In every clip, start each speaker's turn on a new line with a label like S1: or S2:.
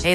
S1: Hey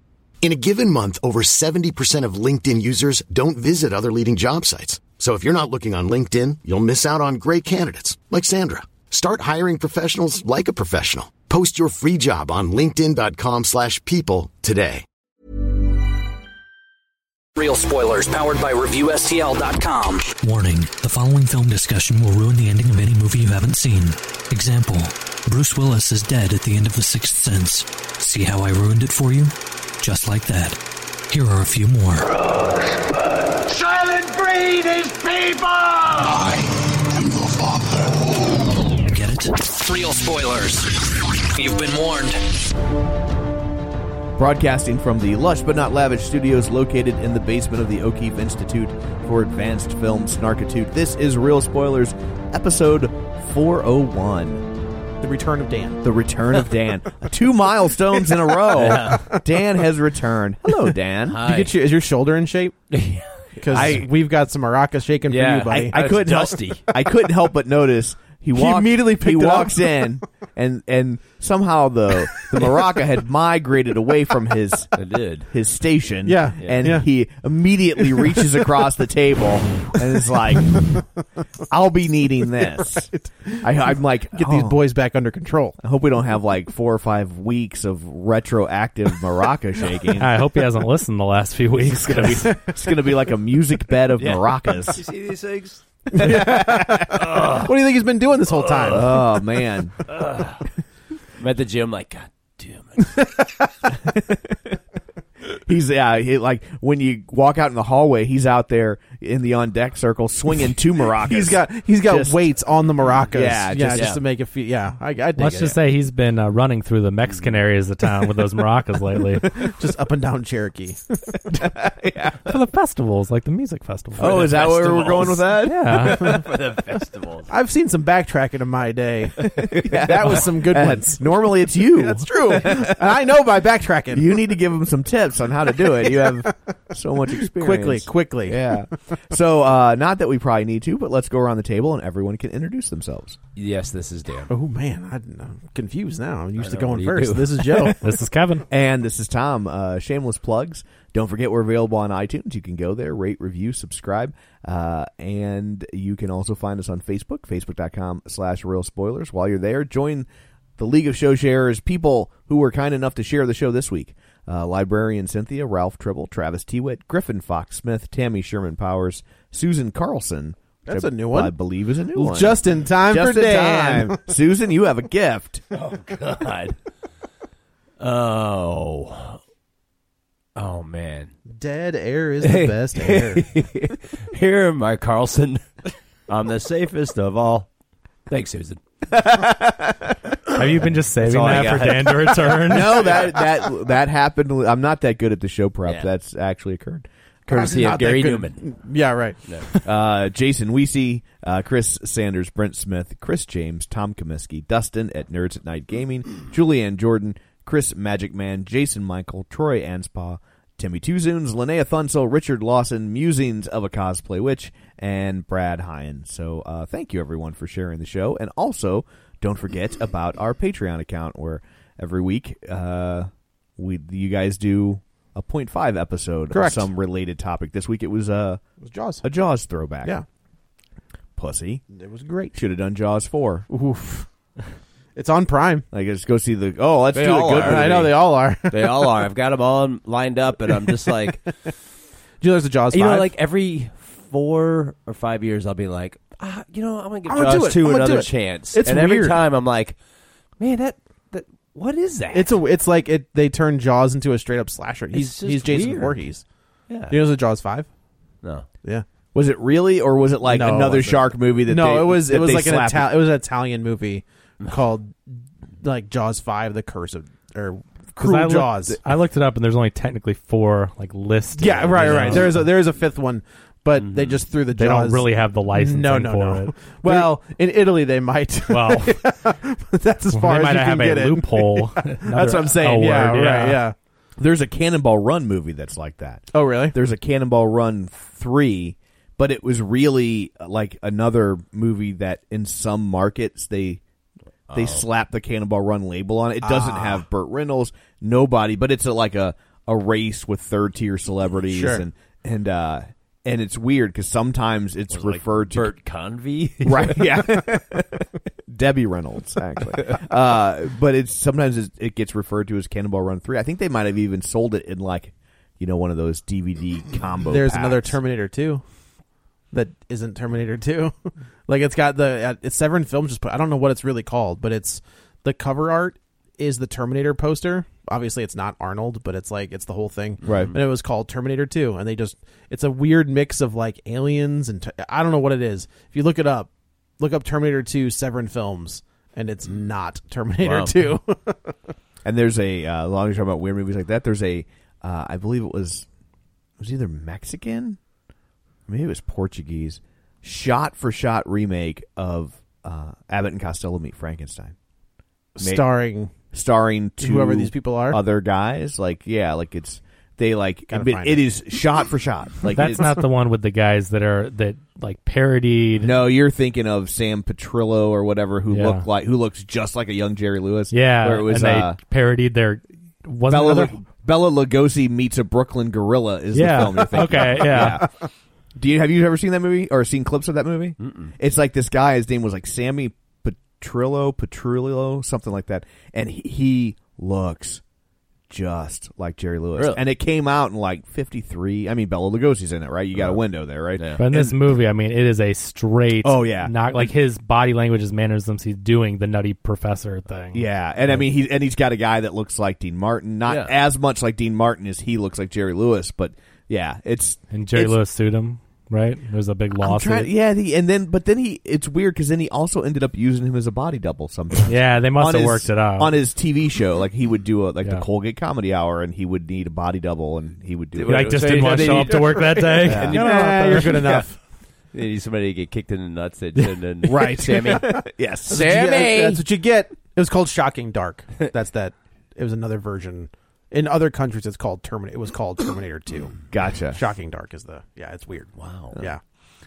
S2: In a given month, over 70% of LinkedIn users don't visit other leading job sites. So if you're not looking on LinkedIn, you'll miss out on great candidates like Sandra. Start hiring professionals like a professional. Post your free job on linkedin.com/people slash people today.
S3: Real spoilers powered by ReviewSTL.com.
S4: Warning the following film discussion will ruin the ending of any movie you haven't seen. Example Bruce Willis is dead at the end of The Sixth Sense. See how I ruined it for you? Just like that. Here are a few more.
S5: Silent breed is people! I am your father.
S4: Get it?
S3: Real spoilers. You've been warned.
S6: Broadcasting from the lush but not lavish studios located in the basement of the O'Keefe Institute for Advanced Film Snarkitude, this is Real Spoilers, episode 401.
S7: The return of Dan.
S6: The return of Dan. Two milestones in a row. Dan has returned. Hello, Dan.
S7: Did you get your, is your shoulder in shape? Because we've got some maracas shaking for you, buddy.
S6: I, I couldn't
S8: dusty.
S6: Help, I couldn't help but notice he walked,
S7: immediately
S6: he
S7: picked it up.
S6: walks in and and somehow the the maraca had migrated away from his
S8: did.
S6: his station.
S7: Yeah.
S6: and
S7: Yeah.
S6: he immediately reaches across the table and is like, "I'll be needing this." I, I'm like,
S7: get these
S6: "Oh,
S7: boys back under control.
S6: I hope we don't have like four or five weeks of retroactive maraca shaking.
S9: I hope he hasn't listened the last few weeks.
S6: It's gonna be like a music bed of maracas.
S8: See these things?
S7: What do you think he's been doing this whole time?
S6: Oh man,
S8: I'm at the gym, like, God damn it.
S6: he's yeah, he, like when you walk out in the hallway, he's out there in the on deck circle swinging two maracas.
S7: he's got he's got
S6: Just-
S7: weights on the maracas.
S6: Yeah,
S7: just,
S6: just-
S8: yeah.
S7: to make it feel. Yeah, I, I dig
S9: Let's
S7: it.
S9: just say he's been uh, running through the Mexican areas of town with those maracas lately
S7: just up and down Cherokee.
S9: for the festivals, like the music festival.
S6: Oh, is that where we're going with that?
S9: yeah,
S8: For the festivals.
S7: I've seen some backtracking in my day. That was some good
S6: And
S7: ones.
S6: normally it's you.
S7: That's true. and I know by backtracking.
S6: You need to give him some tips on how to do it. You have so much experience.
S7: quickly, quickly.
S6: Yeah. So, uh, not that we probably need to, but let's go around the table and everyone can introduce themselves.
S8: Yes, this is Dan.
S7: Oh man, I- I'm confused now. I'm used to
S8: know, what do
S7: going
S8: you do?
S7: first. This is Joe.
S9: this is Kevin.
S6: And this is Tom. Uh, shameless plugs. Don't forget we're available on iTunes. You can go there, rate, review, subscribe, uh, and you can also find us on Facebook, facebook.com slash real spoilers. While you're there, join the League of Show Sharers, people who were kind enough to share the show this week. Uh, librarian Cynthia, Ralph Tribble, Travis Tewitt, Griffin Fox Smith, Tammy Sherman Powers, Susan Carlson. which
S7: That's
S6: I-
S7: a new one.
S6: I believe is a new one.
S7: Just in time
S6: Just
S7: for
S6: in
S7: Dan.
S6: time. Susan, you have a gift.
S8: God. Oh. Oh, man.
S7: Dead air is the best air.
S8: Here am I, Carlson. I'm the safest of all. Thanks, Susan.
S9: Have you been just saving
S8: all I
S9: that for
S8: got.
S9: Dan to return?
S6: no, that that that happened. I'm not that good at the show prep.
S8: Yeah.
S6: That's actually occurred.
S8: Courtesy
S7: Not
S8: of
S7: that
S8: Gary
S7: good.
S8: Newman.
S7: Yeah, right.
S6: Uh, Jason Weesey, uh, Chris Sanders, Brent Smith, Chris James, Tom Comiskey, Dustin at Nerds at Night Gaming, Julianne Jordan, Chris Magic Man, Jason Michael, Troy Anspaugh, Timmy Two Zunes, Linnea Thunsell, Richard Lawson, Musings of a Cosplay Witch, and Brad Hyan. So uh, thank you everyone for sharing the show, and also don't forget about our Patreon account where every week uh, we you guys do a 0.5 episode
S7: Correct.
S6: of some related topic. This week it was uh,
S7: It was Jaws.
S6: a Jaws throwback.
S7: Yeah.
S6: Pussy.
S7: It was great.
S6: Should have done Jaws 4.
S7: Oof. It's on Prime.
S6: Like, let's go see the. Oh, let's
S8: They
S6: do a
S8: all
S6: good
S8: are.
S6: movie.
S7: I know they all are. Do
S8: They all are. I've got them all lined up, and I'm just like,
S7: you know there's a Jaws
S8: you know,
S7: five?
S8: like every four or five years, I'll be like, ah, you know, I'm gonna give
S7: I'm gonna do
S8: Jaws
S7: it.
S8: two
S7: I'm gonna do
S8: another
S7: it.
S8: chance.
S7: It's
S8: and every
S7: weird.
S8: time I'm like, man, that that what is that?
S7: It's a. It's like it. They turn Jaws into a straight up slasher.
S8: It's
S7: He's
S8: just
S7: he's Jason
S8: weird.
S7: Voorhees.
S8: Yeah.
S7: You know, it was a Jaws five.
S8: no.
S7: Yeah.
S6: Was it really, or was it like
S7: No, it
S6: another
S7: wasn't.
S6: shark movie that?
S7: no,
S6: they-
S7: it was
S6: that
S7: it was
S6: they
S7: like an
S6: slapped-
S7: Italian. It was an Italian movie called like Jaws Five: The Curse of or
S9: 'Cause
S7: Cruel
S9: I looked-
S7: Jaws.
S9: I looked it up, and there's only technically four like listed.
S7: yeah, right,
S9: you
S7: right.
S9: know?
S7: There is a, there is a fifth one, but they just threw the.
S9: Mm-hmm. They don't
S7: Jaws.
S9: really have the licensing
S7: No, no,
S9: for
S7: no.
S9: it.
S7: Well, in Italy they might.
S9: Well,
S7: that's as
S9: Well,
S7: far
S9: they
S7: as
S9: might
S7: you
S9: have
S7: can get
S9: a
S7: it.
S9: loophole.
S7: That's what I'm saying.
S9: L
S7: yeah,
S9: word,
S7: right. Yeah.
S6: There's a Cannonball Run movie that's like that.
S7: Oh, really?
S6: There's a Cannonball Run three, but it was really uh, like another movie that in some markets they they slap the Cannonball Run label on it. It doesn't have Burt Reynolds, nobody, but it's a, like a a race with third tier celebrities
S7: Sure.
S6: and and uh and it's weird because sometimes it's referred to
S8: Bert Convey.
S6: right yeah debbie reynolds actually uh, but it's sometimes it's, it gets referred to as cannonball run 3 i think they might have even sold it in like you know one of those dvd combo
S7: There's
S6: packs.
S7: another Terminator Two. That isn't Terminator Two, like it's got the uh, it's Severin Films just put. I don't know what it's really called, but it's the cover art is the Terminator poster. Obviously, it's not Arnold, but it's like it's the whole thing,
S6: Right.
S7: And it was called Terminator Two, and they just it's a weird mix of like aliens and ter- I don't know what it is. If you look it up, look up Terminator Two Severin Films, and it's
S6: Mm.
S7: not Terminator
S8: Wow.
S7: Two.
S6: and there's a uh, long as you're talking about weird movies like that there's a uh, i believe it was it was either mexican or maybe it was portuguese shot for shot remake of uh, abbott and costello meet frankenstein Ma-
S7: Starring
S6: starring two
S7: Whoever these people are?
S6: other guys like yeah like it's they like
S7: Gotta
S6: but
S7: find
S6: it
S7: it.
S6: is shot for shot like
S9: That's
S6: it's-
S9: not the one with the guys that are that like parodied.
S6: no you're thinking of sam petrillo or whatever who
S9: Yeah.
S6: looked like who looks just like a young jerry lewis
S9: Yeah,
S6: where it was
S9: and they
S6: uh,
S9: parodied their wasn't
S6: bella,
S9: another-
S6: bella lugosi meets a brooklyn gorilla is
S9: Yeah.
S6: the film you're thinking
S9: Okay,
S6: of.
S9: yeah.
S6: do you have you ever seen that movie or seen clips of that movie it's like this guy his name was like sammy petrillo petrillo something like that and he, he looks just like Jerry Lewis.
S8: Really?
S6: And it came out in like 53. I mean, Bella Lugosi's in it, right? You got a window there, right?
S9: But in this movie, I mean, it is a straight.
S6: Oh, yeah.
S9: not like his body language, his mannerisms. He's doing the nutty professor thing.
S6: Yeah, and I mean he and he's got a guy that looks like Dean Martin, not
S8: Yeah.
S6: as much like Dean Martin as he looks like Jerry Lewis, but yeah, it's
S9: and Jerry
S6: it's-
S9: Lewis sued him. Right, there's a big
S6: I'm
S9: lawsuit.
S6: trying- yeah, the, and then but then he it's weird because then he also ended up using him as a body double sometimes.
S9: Yeah, they must
S6: On
S9: have
S6: his-
S9: worked it out.
S6: on his TV show. Like he would do a, like
S9: Yeah.
S6: the Colgate Comedy Hour, and he would need a body double, and he would do.
S9: He,
S6: it.
S9: like just
S8: So
S9: didn't
S8: you
S9: want to
S8: gotta
S9: show
S8: be-
S9: up to work that day.
S6: Yeah.
S9: No, no,
S7: Nah,
S9: no,
S7: you're good enough.
S8: You need somebody to get kicked in the nuts and and
S7: Right.
S8: Sammy.
S6: yes,
S7: Yeah, That's what you get. It was called Shocking Dark. That's that. It was another version. In other countries, it's called Terminator. It was called Terminator Two.
S6: Gotcha.
S7: Shocking Dark is the. Yeah, it's weird. Wow. Yeah.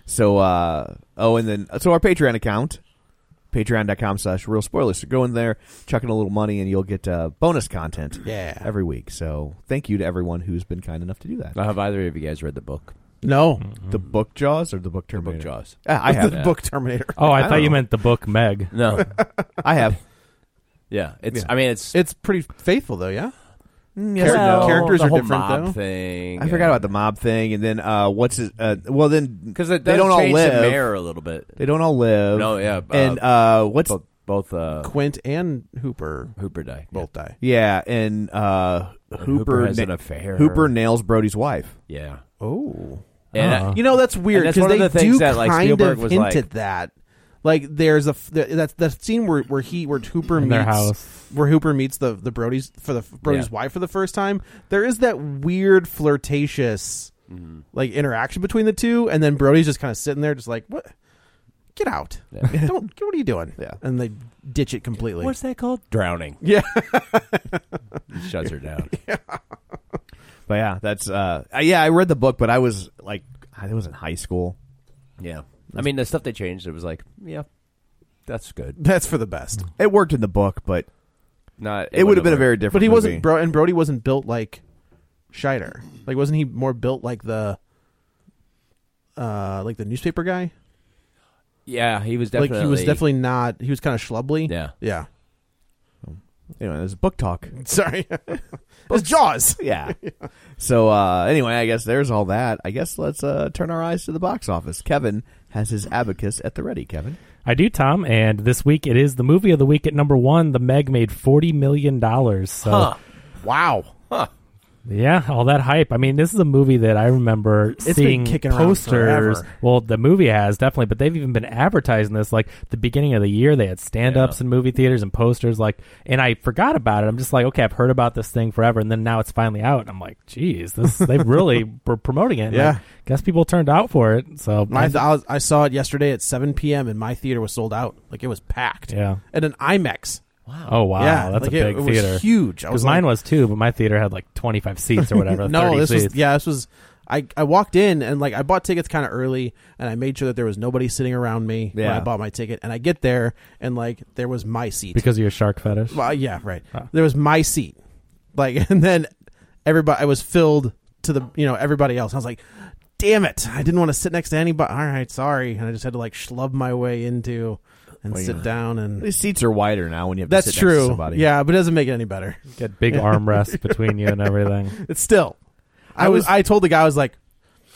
S6: So, uh, oh, and then, so our Patreon account, patreon.com slash real spoilers. So go in there, chuck in a little money, and you'll get uh, bonus content
S7: Yeah.
S6: every week. So thank you to everyone who's been kind enough to do that.
S8: Now, have either of you guys read the book?
S7: No.
S6: The book Jaws or the book Terminator?
S8: Jaws.
S6: Ah, I have.
S7: the book Terminator.
S9: Oh, I,
S6: I
S9: thought
S6: don't
S9: you
S6: know.
S9: meant the book Meg.
S8: No.
S6: I have.
S8: Yeah. It's.
S6: Yeah.
S8: I mean, it's.
S7: It's pretty faithful though. Yeah.
S8: Char-
S7: Well,
S8: no,
S7: characters
S8: the
S7: are
S8: whole
S7: different,
S8: mob
S7: though.
S8: Thing.
S6: Mm, I forgot about the mob thing, and then uh, what's his? Uh, well, then
S8: because it
S6: they
S8: does
S6: don't all
S8: change
S6: live.
S8: the mayor a little bit.
S6: They don't all live.
S8: No, yeah, uh,
S6: and uh, what's
S8: Both, both uh,
S7: Quint and Hooper
S8: Hooper die.
S7: both die.
S6: yeah? And uh, Hooper,
S8: Hooper has
S6: na-
S8: an affair.
S6: Hooper nails Brody's wife.
S8: Yeah.
S7: Oh.
S8: And
S9: Oh.
S8: uh,
S7: You know that's
S8: And
S7: weird
S8: that's
S7: because
S8: one of the
S7: they
S8: things
S7: do
S8: that, like,
S7: kind
S8: Spielberg
S7: of
S8: was
S7: hint
S8: like-
S7: at that. Like there's a f- th- that's the scene where where he where Hooper
S9: In
S7: meets
S9: their house.
S7: where Hooper meets the the Brody's for the Brody's
S8: Yeah.
S7: wife for the first time. There is that weird flirtatious like interaction between the two, and then Brody's just kind of sitting there, just like what. Get out! Don't. What are you doing?
S6: Yeah.
S7: and they ditch it completely.
S8: what's that called? Drowning.
S7: Yeah.
S8: He shuts her down.
S6: But yeah, that's uh, I- yeah. I read the book, but I was like, I was in high school.
S8: yeah. I mean, the stuff they changed, it was like, yeah, that's good.
S7: That's for the best.
S6: It worked in the book, but
S8: Not.
S6: it, would have been a
S8: wouldn't
S6: very different.
S7: But he
S6: movie.
S7: wasn't bro, and Brody wasn't built like Scheider. Like, wasn't he more built like the, uh, like the newspaper guy?
S8: Yeah, he was definitely.
S7: Like he was definitely not. He was kind of schlubbly.
S8: Yeah.
S7: yeah.
S6: Anyway, there's book talk.
S7: Sorry. it's Jaws.
S6: Yeah. So uh, anyway, I guess there's all that. I guess let's uh, turn our eyes to the box office. Kevin has his abacus at the ready. Kevin,
S9: I do, Tom. And this week it is the movie of the week at number one. The Meg made forty million dollars. So,
S8: Huh.
S7: Wow.
S9: yeah, all that hype. I mean, this is a movie that I remember
S7: been
S9: seeing
S7: kicking around
S9: posters.
S7: forever.
S9: Well, the movie has definitely, but they've even been advertising this like the beginning of the year. They had stand ups in movie theaters and posters. Like, and I forgot about it. I'm just like, okay, I've heard about this thing forever, and then now it's finally out, and I'm like, geez, this they really were promoting it. And
S7: Yeah.
S9: I guess people turned out for it. So
S7: My, I, was- I saw it yesterday at 7 p.m. and my theater was sold out. Like it was packed.
S9: Yeah.
S7: And an IMAX.
S9: Oh wow,
S7: Yeah,
S9: that's
S7: like,
S9: a
S7: it-
S9: big
S7: it was
S9: theater.
S7: huge. I was
S9: Because mine
S7: like-
S9: was too, but my theater had like 25 seats or whatever.
S7: no,
S9: 30
S7: this
S9: seats.
S7: was yeah, this was. I, I walked in and like I bought tickets kind of early and I made sure that there was nobody sitting around me when
S6: Yeah.
S7: I bought my ticket and I get there and like there was my seat
S9: because of your shark fetish.
S7: Well, yeah, right. There was my seat, like, and then everybody. I was filled to the you know everybody else. I was like, damn it, I didn't want to sit next to anybody. All right, sorry, and I just had to like schlub my way into and
S6: Well,
S7: sit
S6: yeah.
S7: down and.
S6: these seats are wider now when you have to
S7: That's
S6: sit next to
S7: true.
S6: somebody.
S7: Yeah, but it doesn't make it any better.
S9: Get big armrests between you and everything.
S7: It's still. I,
S6: I
S7: was,
S6: was-
S7: I told the guy I was like,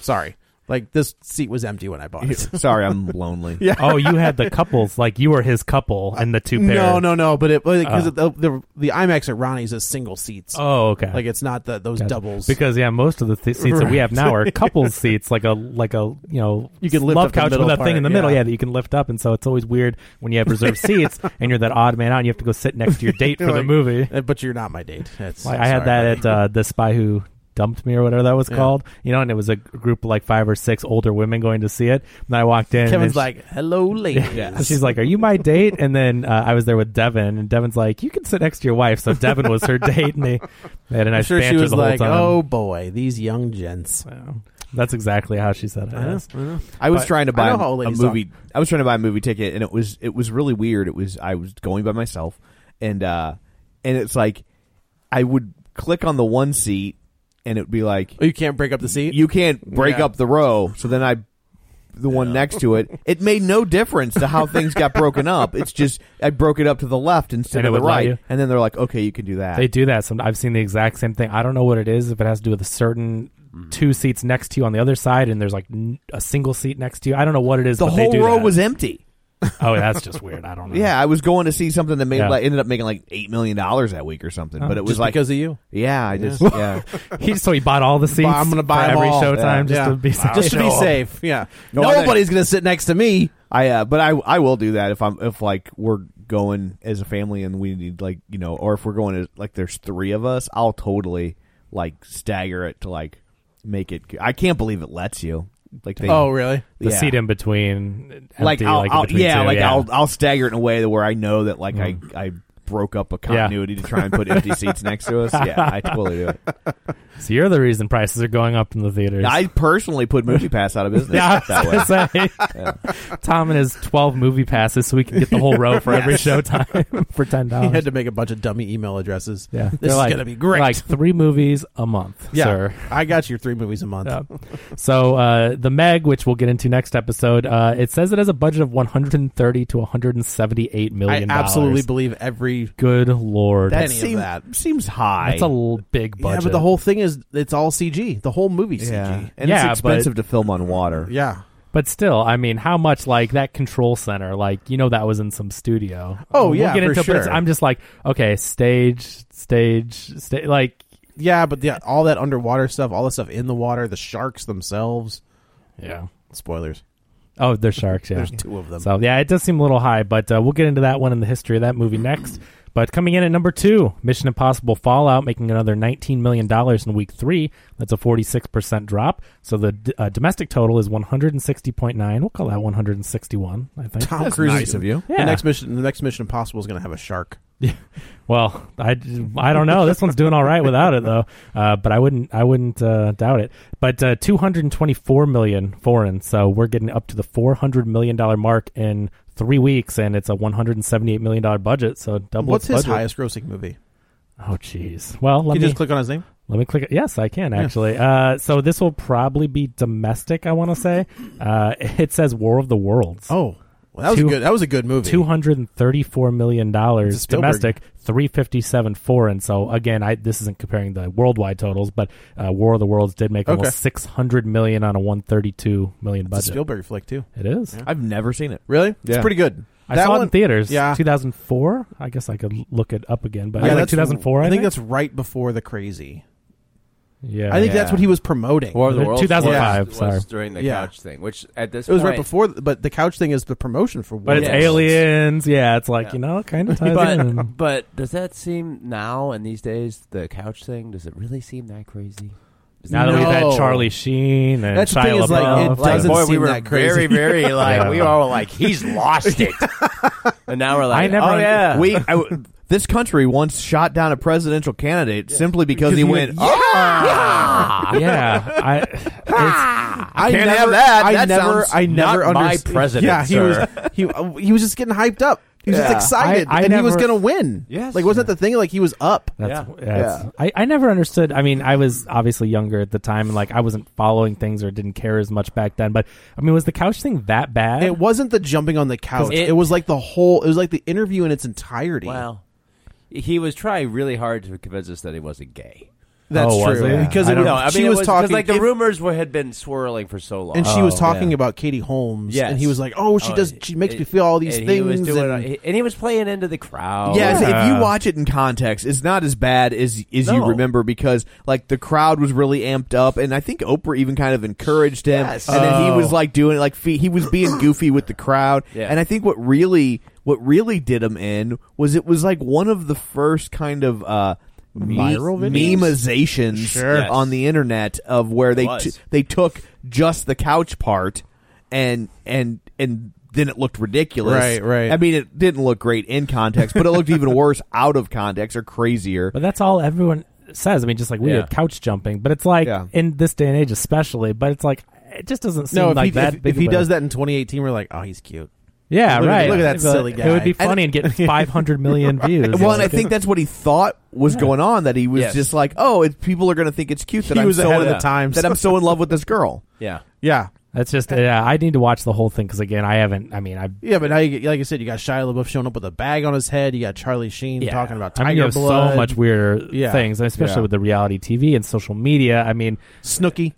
S7: sorry, like this seat was empty when I bought it.
S6: Sorry, I'm lonely.
S7: Yeah.
S9: Oh, you had the couples like you were his couple and the two pair.
S7: No, no, no. But it because the,
S9: Oh.
S7: the the IMAX at Ronnie's is single seats.
S9: Oh, okay.
S7: Like it's not the, those
S9: Gotcha.
S7: doubles.
S9: Because yeah, most of the th- seats that we have now are couples seats, like a like a you know
S7: You can lift
S9: love
S7: up the
S9: couch with
S7: middle
S9: that thing
S7: part,
S9: in the middle,
S7: yeah.
S9: yeah, that you can lift up, and so it's always weird when you have reserved seats and you're that odd man out and you have to go sit next to your date for the
S7: Like,
S9: movie.
S7: Uh, But you're not my date. That's,
S9: Like, I had
S7: sorry,
S9: that
S7: buddy.
S9: at uh, the spy who dumped me or whatever that was
S7: Yeah.
S9: called. You know, and it was a group of like five or six older women going to see it. And I walked in. and
S7: Kevin's
S9: she-
S7: like, "Hello, ladies."
S9: and she's like, "Are you my date?" And then uh, I was there with Devin, and Devin's like, "You can sit next to your wife." So Devin was her date, and they, they had a
S7: I'm
S9: nice
S7: sure she
S9: banter
S7: was
S9: the whole
S7: like,
S9: time.
S7: "Oh boy, these young gents."
S9: So that's exactly how she said it. yes.
S6: I was
S7: But
S6: trying to
S7: I
S6: buy
S7: know how old
S6: a
S7: ladies
S6: movie. I was trying to buy a movie ticket, and it was it was really weird. It was I was going by myself, and uh, and it's like I would click on the one seat, and it would be like
S7: Oh, you can't break up the seat.
S6: you can't break
S7: Yeah.
S6: up the row. So then I, the one next to it, it made no difference to how things got broken up. It's just I broke it up to the left instead
S9: And it
S6: of the
S9: would let
S6: right,
S9: you?
S6: and then they're like, okay, you can do that.
S9: They do that. Some I've seen the exact same thing. I don't know what it is. If it has to do with a certain
S7: Mm-hmm.
S9: two seats next to you on the other side, and there's like n- a single seat next to you. I don't know what it is.
S6: the
S9: but they
S6: whole
S9: do
S6: row
S9: that.
S6: was empty.
S9: Oh, that's just weird. I don't know.
S6: Yeah, I was going to see something that made
S9: Yeah. Oh,
S6: like, ended up making like eight million dollars that week or something, but it was
S7: just
S6: like
S7: because of you.
S6: yeah, I just yeah.
S9: He just so he bought all the seats.
S7: I'm gonna buy them
S9: for every
S7: all.
S9: showtime
S6: Yeah.
S7: Yeah.
S9: just to be safe.
S7: Just to be safe. Yeah.
S6: No, I think-
S7: Nobody's gonna sit next to me.
S6: I uh, but I I will do that if I'm if like we're going as a family and we need like you know or if we're going as like there's three of us I'll totally like stagger it to like make it I can't believe it lets you like they,
S7: Oh, really?
S9: The
S6: Yeah.
S9: seat in between, empty,
S6: like,
S9: like,
S6: I'll,
S9: in
S6: I'll-
S9: between
S6: yeah
S9: two, Mm.
S6: like I'll I'll stagger it in a way that where I know that like I I broke up a continuity to try and put empty seats next to us yeah I totally do it
S9: So you're the reason prices are going up in the theaters.
S6: I personally put movie pass out of business
S9: yeah, I
S6: that way
S9: was gonna say. Tom and his twelve movie passes, so we can get the whole row for every showtime for ten
S7: He had
S9: dollars.
S7: to make a bunch of dummy email addresses.
S9: Uh. Yeah,
S7: This
S9: They're
S7: is
S9: like,
S7: gonna be great.
S9: Like three movies a month,
S7: yeah.
S9: sir.
S7: I got your three movies a month.
S9: Yeah. So uh, the Meg, which we'll get into next episode, uh, it says it has a budget of 130 to 178
S7: I
S9: million.
S7: absolutely
S9: dollars.
S7: believe every.
S9: Good lord,
S6: that
S7: Penny of
S6: seems
S7: that.
S6: seems high
S9: that's a l- big budget.
S7: Yeah, but the whole thing is it's all CG. The whole movie CG.
S6: yeah and
S9: Yeah, but-
S6: it's expensive to film on water
S7: Yeah.
S9: But still, I mean, how much like that control center? Like you know that was in some studio.
S7: Oh,
S9: We'll
S7: yeah,
S9: get
S7: for
S9: into, it, but it's-
S7: sure.
S9: I'm just like, okay, stage, stage, sta- like
S7: Yeah, but yeah, all that underwater stuff, all the stuff in the water, the sharks themselves.
S9: yeah.
S7: Spoilers.
S9: Oh, they're sharks. Yeah,
S7: There's two of them.
S9: So yeah, it does seem a little high, but uh, we'll get into that one in the history of that movie next. But coming in at number two, Mission Impossible Fallout making another $19 million in week three. That's a 46% drop. So the d- uh, domestic total is 160.9. We'll call that 161, I think.
S7: Tom
S6: That's
S7: Cruise.
S6: nice of you.
S9: Yeah.
S7: The next mission, the next Mission Impossible is going to have a shark.
S9: Well, I, I don't know. This one's doing all right without it though. Uh, but I wouldn't I wouldn't uh, doubt it. But uh, 224 million foreign, so we're getting up to the 400 million dollar mark in three weeks, and it's a 178 million dollar budget, so double.
S7: What's
S9: its
S7: his
S9: budget.
S7: highest grossing movie?
S9: Oh, jeez. Well,
S7: Can
S9: let me
S7: you just click on his name?
S9: let me click it. Yes, I can actually. Uh, so this will probably be domestic. I want to say. Uh, it says War of the Worlds.
S7: Oh, that was a good. That was a good movie.
S9: Two hundred and thirty-four million
S7: It's a
S9: dollars
S7: Spielberg.
S9: domestic, three fifty-seven foreign. So again, I this isn't comparing the worldwide totals, but uh, War of the Worlds did make
S7: Okay.
S9: almost six hundred million on a one thirty-two million
S7: It's a
S9: budget.
S7: Spielberg flick too.
S9: It is.
S6: I've never seen it.
S7: Really, it's
S6: Yeah.
S7: pretty good.
S9: I
S7: That
S9: saw it
S7: one-
S9: in theaters.
S7: Yeah,
S9: 2004. I guess I could l- look it up again, but
S7: Yeah,
S9: like
S7: that's-
S9: 2004. I,
S7: I
S9: think,
S7: think that's right before the crazy.
S9: yeah.
S7: I think
S8: Yeah.
S7: that's what he was promoting.
S8: War of the
S9: Uh,
S8: Worlds
S9: 2005,
S8: was,
S9: sorry.
S8: was during the
S7: Yeah.
S8: couch thing, which at this
S7: It was
S8: point,
S7: right before, th- but the couch thing is the promotion for.
S9: but
S7: War
S9: it's
S7: of the Worlds.
S9: aliens. Yeah, it's like
S8: Yeah.
S9: you know, kind of ties
S8: But,
S9: in.
S8: but does that seem now and these days the couch thing? Does it really seem that crazy? Is
S9: Now that
S8: that
S9: we've
S7: No.
S9: had Charlie Sheen and
S7: That's the
S9: Shia
S7: thing is, like,
S9: LaBeouf,
S7: it doesn't
S8: boy, we
S7: seem
S8: were
S7: that
S8: very,
S7: crazy.
S8: very like
S9: Yeah.
S8: we were all like he's lost it, and now we're like,
S9: I never-
S8: oh yeah,
S6: We, I w this country once shot down a presidential candidate simply because he went.
S7: went,
S6: "Oh,
S9: yeah, I, it's,
S7: I
S6: Can't
S7: never,
S6: have that.
S7: I
S6: That
S7: never,
S6: sounds
S7: I never
S8: not my
S7: underst-
S8: president,
S7: Yeah, he
S8: sir.
S7: was, he, uh, he was just getting hyped up. He was
S8: Yeah.
S7: just excited,
S9: I- I
S7: and he was
S9: never-
S7: going to win.
S8: Yes.
S7: like wasn't that the thing? Like he was up.
S9: that's,
S8: Yeah.
S9: that's I, I never understood. I mean, I was obviously younger at the time, and like I wasn't following things or didn't care as much back then. But I mean, was the couch thing that bad?
S7: It wasn't the jumping on the couch. It,
S8: It-
S7: was like the whole. It was like the interview in its entirety.
S8: Well, he was trying really hard to convince us that he wasn't gay.
S7: that's
S9: Oh, was
S7: true.
S9: it?
S7: Because
S9: I
S7: it
S9: don't
S7: was-
S9: know.
S8: I mean,
S7: she
S8: it
S7: was,
S8: 'cause,
S7: talking
S8: like the
S7: if-
S8: rumors were, had been swirling for so long,
S7: and she was
S9: Oh,
S7: talking
S9: yeah.
S7: about Katie Holmes.
S8: Yes.
S7: and he was like, "Oh, she
S8: Oh,
S7: does.
S8: it-
S7: She makes
S8: it-
S7: me feel all these
S8: and
S7: things."
S8: He was doing,
S7: and-
S8: and he was playing into the crowd.
S6: Yes,
S9: Yeah.
S6: if you watch it in context, it's not as bad as as you
S8: No.
S6: remember because like the crowd was really amped up, and I think Oprah even kind of encouraged him,
S8: Yes.
S6: and then he
S9: Oh.
S6: was like doing it like fe- he was being goofy with the crowd,
S8: Yeah.
S6: and I think what really what really did him in was it was like one of the first kind of. uh me-
S7: Viral videos?
S6: memizations
S8: Sure.
S6: on the internet of where they
S8: was.
S6: t- they took just the couch part and and and then it looked ridiculous
S7: Right, right.
S6: I mean, it didn't look great in context, but it looked even worse out of context or crazier.
S9: But that's all everyone says. I mean, just like we
S8: Yeah.
S9: did couch jumping, but it's like
S6: Yeah.
S9: in this day and age, especially. But it's like it just doesn't seem
S7: no, if,
S9: like
S7: he,
S9: that.
S7: if,
S9: big
S7: if he
S9: of a-
S7: does that in 2018, we're like, "Oh, he's cute."
S9: yeah,
S7: look at-
S9: right.
S7: look at that
S9: It's like-
S7: silly guy.
S9: It would be
S7: And-
S9: funny and, get 500 million views.
S6: well, and
S9: Like,
S6: I think that's what he thought was going on. That he was
S8: Yes.
S6: just like, "Oh, it, people are going to think it's cute that
S7: He
S6: I'm
S7: was
S6: so
S7: ahead
S6: in,
S7: of the times.
S6: that I'm so in love with this girl."
S8: yeah.
S7: Yeah,
S9: that's just yeah. I need to watch the whole thing because again, I haven't. I mean, I.
S7: yeah, but now, you, like I said, you got Shia LaBeouf showing up with a bag on his head. You got Charlie Sheen
S9: Yeah.
S7: talking about
S9: I
S7: Tiger
S9: mean, you have
S7: Blood.
S9: so much weirder
S7: Yeah.
S9: things, especially
S7: Yeah.
S9: with the reality TV and social media. I mean,
S7: Snooky.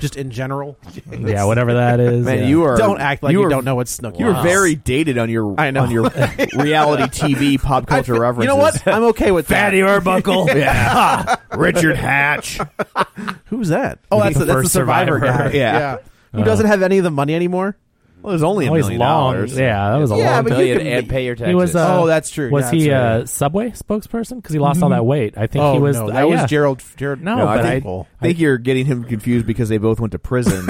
S7: Just in general.
S9: yeah, whatever that is.
S6: Man,
S9: yeah.
S6: you are
S7: Don't act like you,
S6: are-
S7: don't know what Snooki
S6: You
S7: is.
S6: were very dated on your
S7: I know.
S6: on your reality TV pop
S7: I
S6: culture
S7: fe-
S6: references.
S7: You know what? I'm okay with that.
S9: Fatty Arbuckle.
S6: yeah, Richard Hatch.
S7: Who's that? Oh, that's the,
S9: the
S7: that's the
S9: first
S7: survivor,
S9: survivor.
S7: guy.
S6: Yeah.
S7: Who doesn't have any of the money anymore?
S6: Well, there's only a
S9: Always
S6: million
S9: long.
S6: dollars.
S9: Yeah, that was a
S7: Yeah,
S9: long.
S7: but you
S8: Million
S7: can-
S8: and pay your taxes.
S9: He was. Uh,
S7: Oh, that's true.
S9: Was
S7: Yeah,
S9: he
S7: that's right.
S9: uh, Subway spokesperson? Because he lost all that weight. I think he was.
S7: Mm-hmm. Oh, no,
S9: uh,
S7: that
S9: yeah.
S7: was Gerald. Gerald.
S9: No,
S6: No, I
S9: but
S6: think,
S9: I,
S6: I think you're getting him confused because they both went to prison.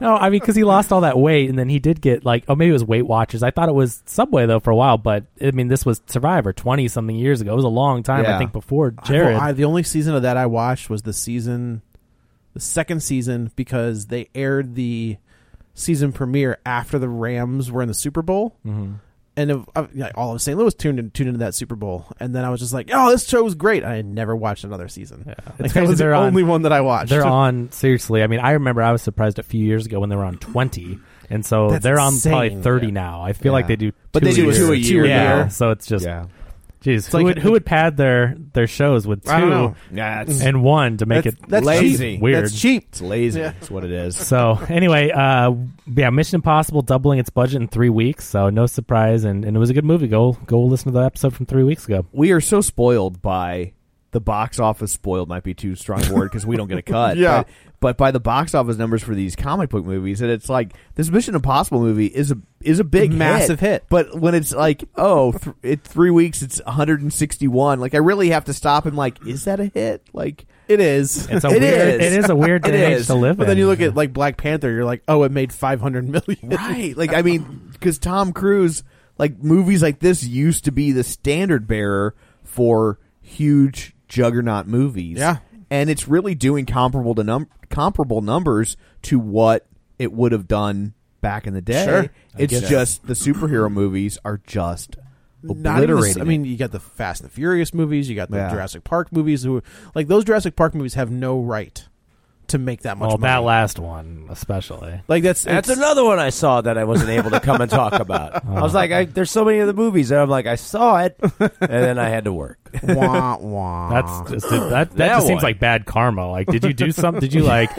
S9: no, I mean because he lost all that weight, and then he did get like, oh, maybe it was Weight Watchers. I thought it was Subway though for a while, but I mean this was Survivor twenty something years ago. It was a long time,
S6: Yeah.
S9: I think, before Jared.
S7: I, the only season of that I watched was the season, the second season, because they aired the season premiere after the Rams were in the Super Bowl. Mm-hmm. And of, of, like, all of St. Louis tuned in, tuned into that Super Bowl, and then I was just like, "Oh, this show was great." I had never watched another season. Like, that
S9: crazy
S7: was the
S9: they're on-
S7: only one that I watched.
S9: they're on seriously. I mean, I remember I was surprised a few years ago when they were on twenty, and so
S7: That's
S9: they're on
S7: insane.
S9: probably thirty
S7: Yeah.
S9: now. I
S7: Yeah.
S9: feel like they do,
S6: But
S9: two
S6: they do
S9: a
S6: two a year
S9: yeah.
S6: now.
S9: So it's just,
S6: Yeah.
S9: geez, who,
S7: like-
S9: would, who would pad their their shows with two
S7: I don't know.
S6: yeah, it's,
S9: and one to make
S7: that's,
S9: it
S7: that's
S6: lazy.
S7: Cheap.
S9: Weird.
S7: That's cheap.
S6: it's lazy. That's what it is.
S9: So anyway, uh, yeah, Mission Impossible doubling its budget in three weeks, so no surprise, and, and it was a good movie. Go go listen to the episode from three weeks ago.
S6: we are so spoiled by the box office spoiled might be too strong a word because we don't get a cut.
S7: Yeah.
S6: But, but by the box office numbers for these comic book movies, that it's like this Mission Impossible movie is a is a big
S7: Massive hit.
S6: But when it's like oh, th- it three weeks, it's 161. Like I really have to stop and like, is that a hit? Like
S7: It is.
S9: It's a
S6: It
S9: weird,
S6: is.
S9: it is a weird
S6: It
S9: day and age
S6: is.
S9: to live
S7: But
S9: in.
S7: then you look at like Black Panther, you're like, "Oh, it made 500 million.
S6: right? Like I mean, because Tom Cruise, like movies like this used to be the standard bearer for huge juggernaut movies.
S7: Yeah.
S6: and it's really doing comparable to num- comparable numbers to what it would have done back in the day.
S7: Sure. I
S6: It's
S7: guess.
S6: just the superhero movies are just
S7: Not even the-
S6: obliterating.
S7: I mean, you got the Fast and the Furious movies, you got the
S6: Yeah.
S7: Jurassic Park movies, who like those Jurassic Park movies have no right to make that much
S9: Well,
S7: money.
S9: that last one especially.
S7: Like that's
S6: That's another one I saw that I wasn't able to come and talk about. I was like, I, there's so many of the movies, and I'm like, I saw it, and then I had to work.
S7: wah, wah.
S9: That's just, that. That,
S6: That
S9: just seems
S6: one.
S9: like bad karma. Like, did you do something? Did you like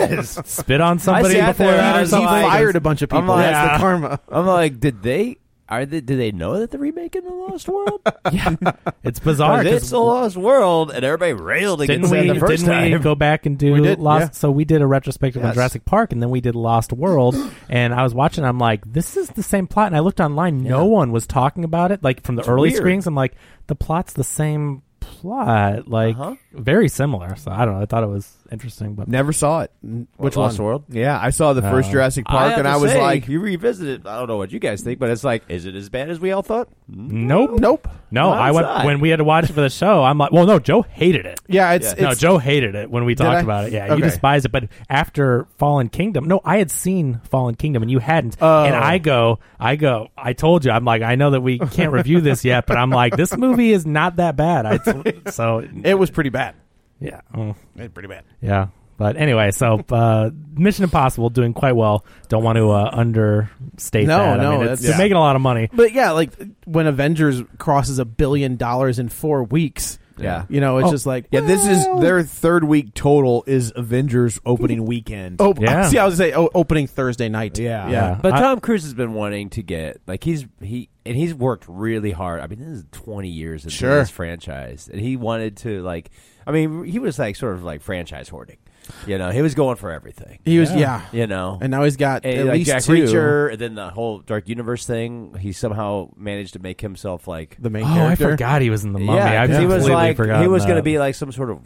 S9: spit on somebody
S6: sat
S9: before
S6: there and
S9: that
S6: I
S9: or
S7: he
S6: was
S9: something?
S6: like-
S7: fired a bunch of
S6: I'm
S7: people.
S6: like,
S7: that's
S6: yeah.
S7: the karma.
S6: I'm like, did they? Are they? Do they know that they're remaking the Lost World? yeah,
S9: It's bizarre. 'cause
S6: it's the Lost World, and everybody railed
S9: didn't
S6: against
S9: we?
S6: that the 1st
S9: Didn't we
S6: time.
S9: go back and do
S7: We did,
S9: Lost?
S7: yeah.
S9: So we did a retrospective on
S6: Yes.
S9: Jurassic Park, and then we did Lost World. and I was watching. I'm like, this is the same plot. And I looked online. No one was talking about it. Like from the
S6: It's
S9: early
S6: weird.
S9: screenings, I'm like, the plot's the same plot. Like
S6: Uh-huh.
S9: very similar. So I don't know. I thought it was interesting, but
S10: Never saw it.
S6: Which Lost World?
S10: Yeah, I saw the first
S9: Oh.
S10: Jurassic
S6: I
S10: Park,
S6: have
S10: and
S6: to
S10: I was
S6: say,
S10: like,
S6: you revisited. I don't know what you guys think, but it's like, is it as bad as we all thought?
S9: nope,
S7: Nope.
S9: No,
S6: Well,
S9: I
S6: it's
S9: went
S6: not.
S9: when we had to watch it for the show. I'm like, well, no, Joe hated it.
S7: Yeah, it's,
S9: no,
S7: it's
S9: Joe hated it when we
S7: I?
S9: talked about it. Yeah,
S7: Okay.
S9: you despise it. But after Fallen Kingdom, no, I had seen Fallen Kingdom and you hadn't.
S7: Oh.
S9: And I go, I go, I told you, I'm like, I know that we can't review this yet, but I'm like, this movie is not that bad. I t- so
S7: it was pretty bad.
S9: yeah, Mm,
S7: It pretty bad.
S9: yeah. But anyway, so uh, Mission Impossible doing quite well. Don't want to uh, understate
S7: No,
S9: that. I
S7: no,
S9: mean,
S7: that's-
S9: it's they're
S7: yeah.
S9: making a lot of money.
S7: But yeah, like when Avengers crosses a billion dollars in four weeks,
S10: yeah,
S7: you know, it's
S9: Oh.
S7: just like
S10: yeah. This is
S7: well-
S10: their third week total is Avengers opening weekend.
S7: Oh,
S9: Yeah.
S7: see, I was gonna say oh, opening Thursday night.
S10: Yeah.
S7: yeah.
S9: Yeah.
S6: But
S9: I-
S6: Tom Cruise has been wanting to get like he's he and he's worked really hard. I mean, this is twenty years into
S7: Sure.
S6: this franchise, and he wanted to like. I mean, he was like sort of like franchise hoarding. You know, he was going for everything.
S7: He was yeah,
S6: You know,
S7: and now he's got
S6: And,
S7: at
S6: like,
S7: least
S6: Jack
S7: two.
S6: Reacher, and then the whole Dark Universe thing. He somehow managed to make himself like
S7: The main
S9: Oh, I
S7: character.
S9: forgot he was in the mummy.
S6: yeah,
S9: I
S6: 'cause he
S9: completely
S6: was like
S9: forgot.
S6: he was going to
S9: that.
S6: be like some sort of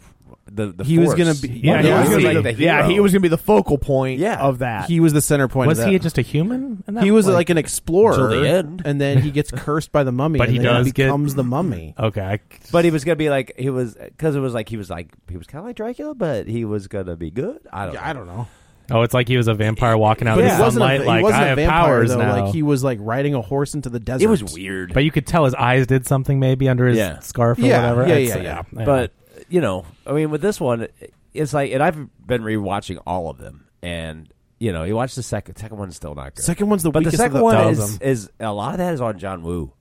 S6: the the
S7: He was
S6: force.
S7: gonna be-
S9: Yeah,
S6: he
S10: gonna
S6: was gonna
S10: be
S6: be
S10: the-
S6: the
S10: yeah,
S6: hero.
S10: he was going to be the focal point
S6: Yeah.
S10: of that.
S7: He was the center point.
S9: Was
S7: of
S9: he
S7: that.
S9: just a human? in that
S7: He was
S9: one?
S7: like an explorer
S6: Till the end.
S7: and then he gets cursed by the mummy,
S9: But
S7: and
S9: he
S7: then
S9: does get-
S7: becomes the mummy.
S9: okay. I,
S6: But he was gonna be like he was because it was like he was like he was kind of like Dracula, but he was gonna be good. I don't.
S7: Yeah,
S6: know.
S7: I don't know,
S9: oh, it's like he was a vampire walking out
S7: but
S9: in
S7: he
S9: the
S7: wasn't.
S9: sunlight.
S7: a,
S9: like
S7: he wasn't
S9: I
S7: a
S9: have
S7: vampire,
S9: powers
S7: though.
S9: now.
S7: Like he was like riding a horse into the desert.
S6: It was weird,
S9: but you could tell his eyes did something maybe under his
S6: Yeah.
S9: scarf or
S7: Yeah,
S9: whatever.
S7: yeah,
S9: It's-
S7: yeah, yeah.
S6: but you know, I mean, with this one, it's like, and I've been rewatching all of them, and you know, you watch the second second one's still not good.
S7: Second one's the
S6: but the
S7: weakest
S6: second
S7: of the
S6: one
S7: all of
S6: is,
S7: them.
S6: is a lot of that is on John Woo.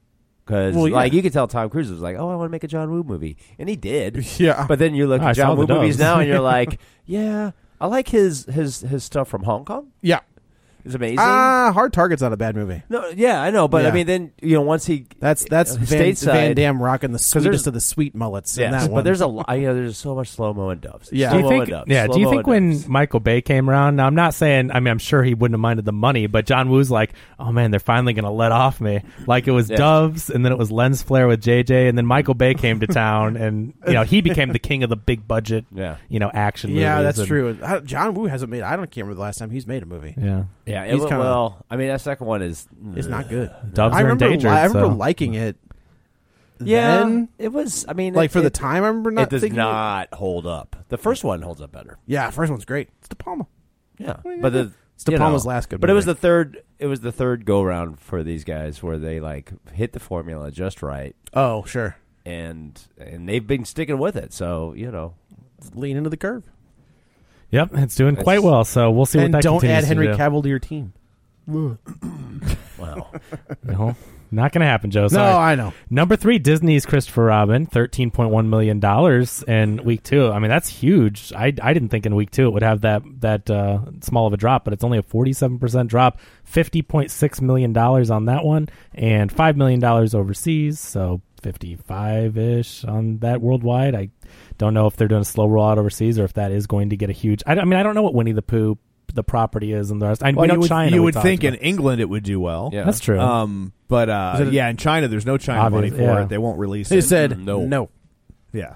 S6: Because
S7: Well, yeah.
S6: like you could tell Tom Cruise was like, oh, I want to make a John Woo movie, and he did.
S7: Yeah.
S6: But then you look
S9: I
S6: at
S9: saw
S6: John
S9: the
S6: Woo movies
S9: doves.
S6: now, and you're like, yeah, I like his his his stuff from Hong Kong.
S7: yeah.
S6: It's amazing.
S7: Ah, Hard Target's not a bad movie.
S6: no, yeah, I know, but
S7: Yeah.
S6: I mean, then you know, once he
S7: That's that's
S6: uh,
S7: Van,
S6: stateside-
S7: Van Damme rocking the
S6: there's-
S7: sweetest of the sweet mullets in
S6: Yes,
S7: that
S6: but
S7: one.
S6: there's a lot. You know, there's so much slow mo and doves.
S7: Yeah.
S9: do you
S6: Slow-mo
S9: think?
S6: and doves.
S9: Yeah. Do you
S6: Slow-mo
S9: think
S6: and
S9: when
S6: doves.
S9: Michael Bay came around? Now I'm not saying. I mean, I'm sure he wouldn't have minded the money, but John Woo's like, oh man, they're finally gonna let off me. Like it was
S6: Yeah.
S9: Doves, and then it was Lens Flare with JJ, and then Michael Bay came to town, and you know he became the king of the big budget.
S6: Yeah.
S9: You know, action.
S7: yeah,
S9: movies
S7: that's
S9: and-
S7: true. I, John Woo hasn't made. I don't can't remember the last time he's made a movie.
S9: Yeah.
S6: yeah, it
S7: he's
S6: wa-
S7: kinda-
S6: well, I mean, that second one is
S7: It's not good.
S9: Doves
S7: I
S9: are
S7: remember.
S9: endangered,
S7: I remember
S9: so-
S7: liking it.
S6: Yeah,
S7: mm. Then,
S6: it was. I mean,
S7: like
S6: it-
S7: for the
S6: it-
S7: time, I remember not
S6: it does
S7: thinking
S6: not hold up. The first one holds up better.
S7: Yeah, first one's great. It's De Palma.
S6: Yeah,
S7: Well, yeah,
S6: but the
S7: it's De
S6: you
S7: Palma's
S6: know,
S7: last good
S6: But it was
S7: movie.
S6: the third. It was the third go round for these guys where they like hit the formula just right,
S7: Oh, sure.
S6: and and they've been sticking with it. So you know,
S7: Lean into the curve.
S9: Yep, it's doing quite well. So we'll see
S7: and
S9: what that
S7: don't
S9: continues
S7: add
S9: to
S7: Henry
S9: do.
S7: Cavill to your team.
S6: wow.
S9: No, Uh-huh. not going to happen, Joe.
S7: No,
S9: Sorry.
S7: Oh, I know.
S9: Number three, Disney's Christopher Robin, thirteen point one million dollars in week two. I mean, that's huge. I, I didn't think in week two it would have that that uh, small of a drop, but it's only a forty seven percent drop, fifty point six million dollars on that one, and five million dollars overseas. So fifty five ish on that worldwide. I don't know if they're doing a slow rollout overseas or if that is going to get a huge. I, don't- I mean, I don't know what Winnie the Pooh the property is and the rest. I we
S10: Well,
S9: know
S10: you would,
S9: China.
S10: you
S9: we
S10: would
S9: talked
S10: think
S9: about.
S10: in England it would do well.
S6: Yeah.
S9: that's true.
S10: Um, but uh, yeah, in China there's no China
S9: Obvious,
S10: money for
S9: yeah.
S10: it. They won't release
S7: They
S10: it. Mm,
S7: said
S6: no.
S7: no.
S10: yeah.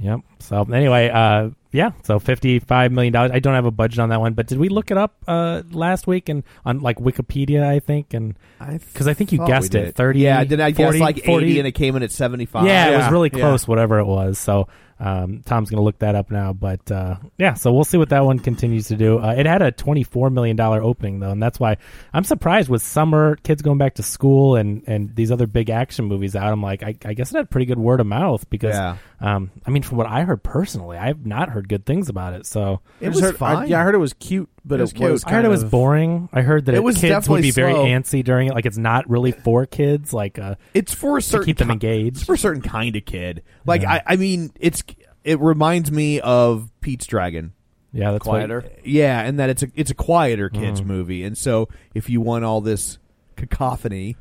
S9: Yep. So anyway, uh, yeah. So fifty-five million dollars. I don't have a budget on that one, but did we look it up uh, last week and on like Wikipedia? I think and because I think you
S10: thought we
S9: guessed
S10: did
S9: it. Thirty.
S10: Yeah, did I
S9: 40,
S10: guess like
S9: 40?
S10: eighty and it came in at seventy five?
S9: Uh, yeah, it was really
S7: Yeah.
S9: close. Whatever it was. So Um, Tom's going to look that up now, but uh, yeah, so we'll see what that one continues to do. Uh, it had a twenty-four million dollar opening though, and that's why I'm surprised with summer kids going back to school and and these other big action movies out. I'm like, I, I guess it had pretty good word of mouth because,
S7: Yeah.
S9: um, I mean, from what I heard personally, I've not heard good things about it. So
S7: I just heard- I- yeah, I heard it was cute, but
S9: It was
S7: it was.
S9: I heard it
S7: kind
S9: was
S7: of-
S9: boring. I heard that
S7: It
S9: it
S7: was
S9: kids
S7: definitely
S9: would be very
S7: slow.
S9: antsy during it. Like it's not really for kids. Like uh,
S6: it's for
S9: to
S6: certain
S9: keep them
S6: ki-
S9: engaged.
S6: It's for a certain kind of kid. Like I, I mean, it's it reminds me of Pete's Dragon.
S9: Yeah, that's what-
S8: Quieter.
S6: yeah, and that it's a it's a quieter kids
S9: Mm.
S6: movie, and so if you want all this cacophony,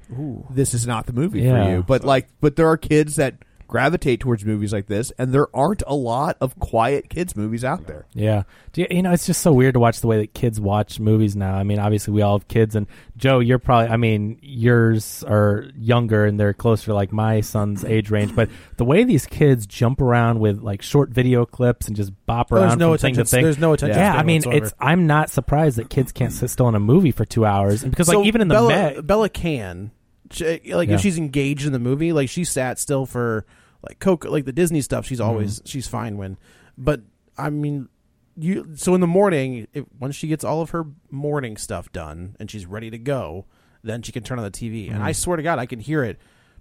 S6: this is not the movie
S9: Yeah.
S6: for you. But like, but there are kids that gravitate towards movies like this, and there aren't a lot of quiet kids movies out there.
S9: Yeah. Do you, you know, it's just so weird to watch the way that kids watch movies now. I mean, obviously we all have kids and Joe, you're probably I mean, yours are younger and they're closer to like my son's age range, but the way these kids jump around with like short video clips and just bop
S7: Oh, there's
S9: around
S7: no
S9: from thing to
S7: attention-
S9: thing.
S7: there's no attention
S9: Yeah,
S7: span
S9: I mean,
S7: whatsoever.
S9: it's I'm not surprised that kids can't sit still in a movie for 2 hours and because
S7: So
S9: like even in the
S7: Bella,
S9: Met,
S7: Bella can, She- like
S9: Yeah.
S7: if she's engaged in the movie, like she sat still for like Coco, like the Disney stuff. She's
S9: Mm-hmm.
S7: always she's fine when, but I mean, you. So in the morning, if, once she gets all of her morning stuff done and she's ready to go, then she can turn on the TV.
S9: Mm-hmm.
S7: And I swear to God, I can hear it.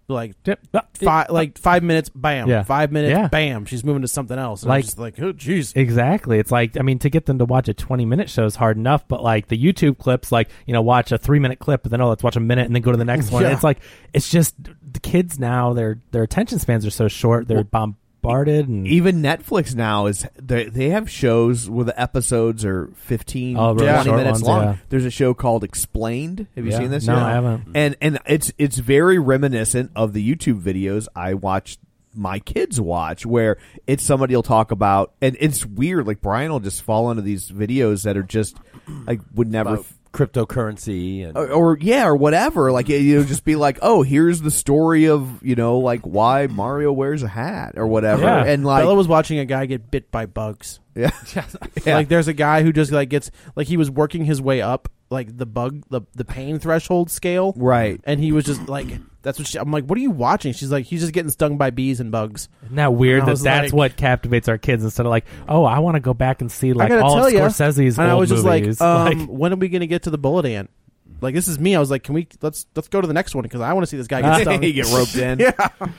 S7: Like five, like five minutes, bam.
S9: uh, Yeah.
S7: Five minutes,
S9: Yeah.
S7: bam. She's moving to something else. And I'm
S9: Like-
S7: just like, oh, jeez.
S9: Exactly. It's like I mean to get them to watch a 20 minute show is hard enough, but like the YouTube clips like, you know, watch a 3 minute clip and then oh, let's watch a minute and then go to the next one.
S7: Yeah.
S9: It's like it's just the kids now their their attention spans are so short. They're bombarded and
S7: e-,
S6: Even Netflix now is they they have shows where the episodes are 15
S9: Oh, really
S6: 20
S9: short
S6: minutes
S9: ones,
S6: long.
S9: yeah.
S6: There's a show called Explained. Have you
S9: Yeah.
S6: seen this?
S9: No, I haven't.
S6: And and it's it's very reminiscent of the YouTube videos I watched my kids watch where it's somebody will talk about and it's weird like Brian will just fall into these videos that are just like would never
S8: About cryptocurrency and
S6: or, or yeah, or whatever. Like it, you know, just be like, oh, here's the story of you know, like why Mario wears a hat or whatever,
S7: Yeah.
S6: and like
S7: Bella was watching a guy get bit by bugs.
S6: Yeah. Yeah.
S7: Like there's a guy who just like gets like he was working his way up like the bug the the pain threshold scale.
S6: Right.
S7: And he was just like that's what she, I'm like what are you watching? She's like he's just getting stung by bees and bugs.
S9: Isn't that weird
S7: And I
S9: that
S7: was
S9: that's
S7: like-
S9: what captivates our kids instead of like, oh, I want to go back and see like
S7: I gotta
S9: all
S7: tell
S9: of
S7: you,
S9: Scorsese's
S7: and
S9: old
S7: I was just
S9: movies.
S7: like, um, when are we gonna get to the bullet ant? Like this is me. I was like, can we let's let's go to the next one because I want to see this guy
S9: Ah.
S7: get stung.
S6: He get roped in.
S7: yeah.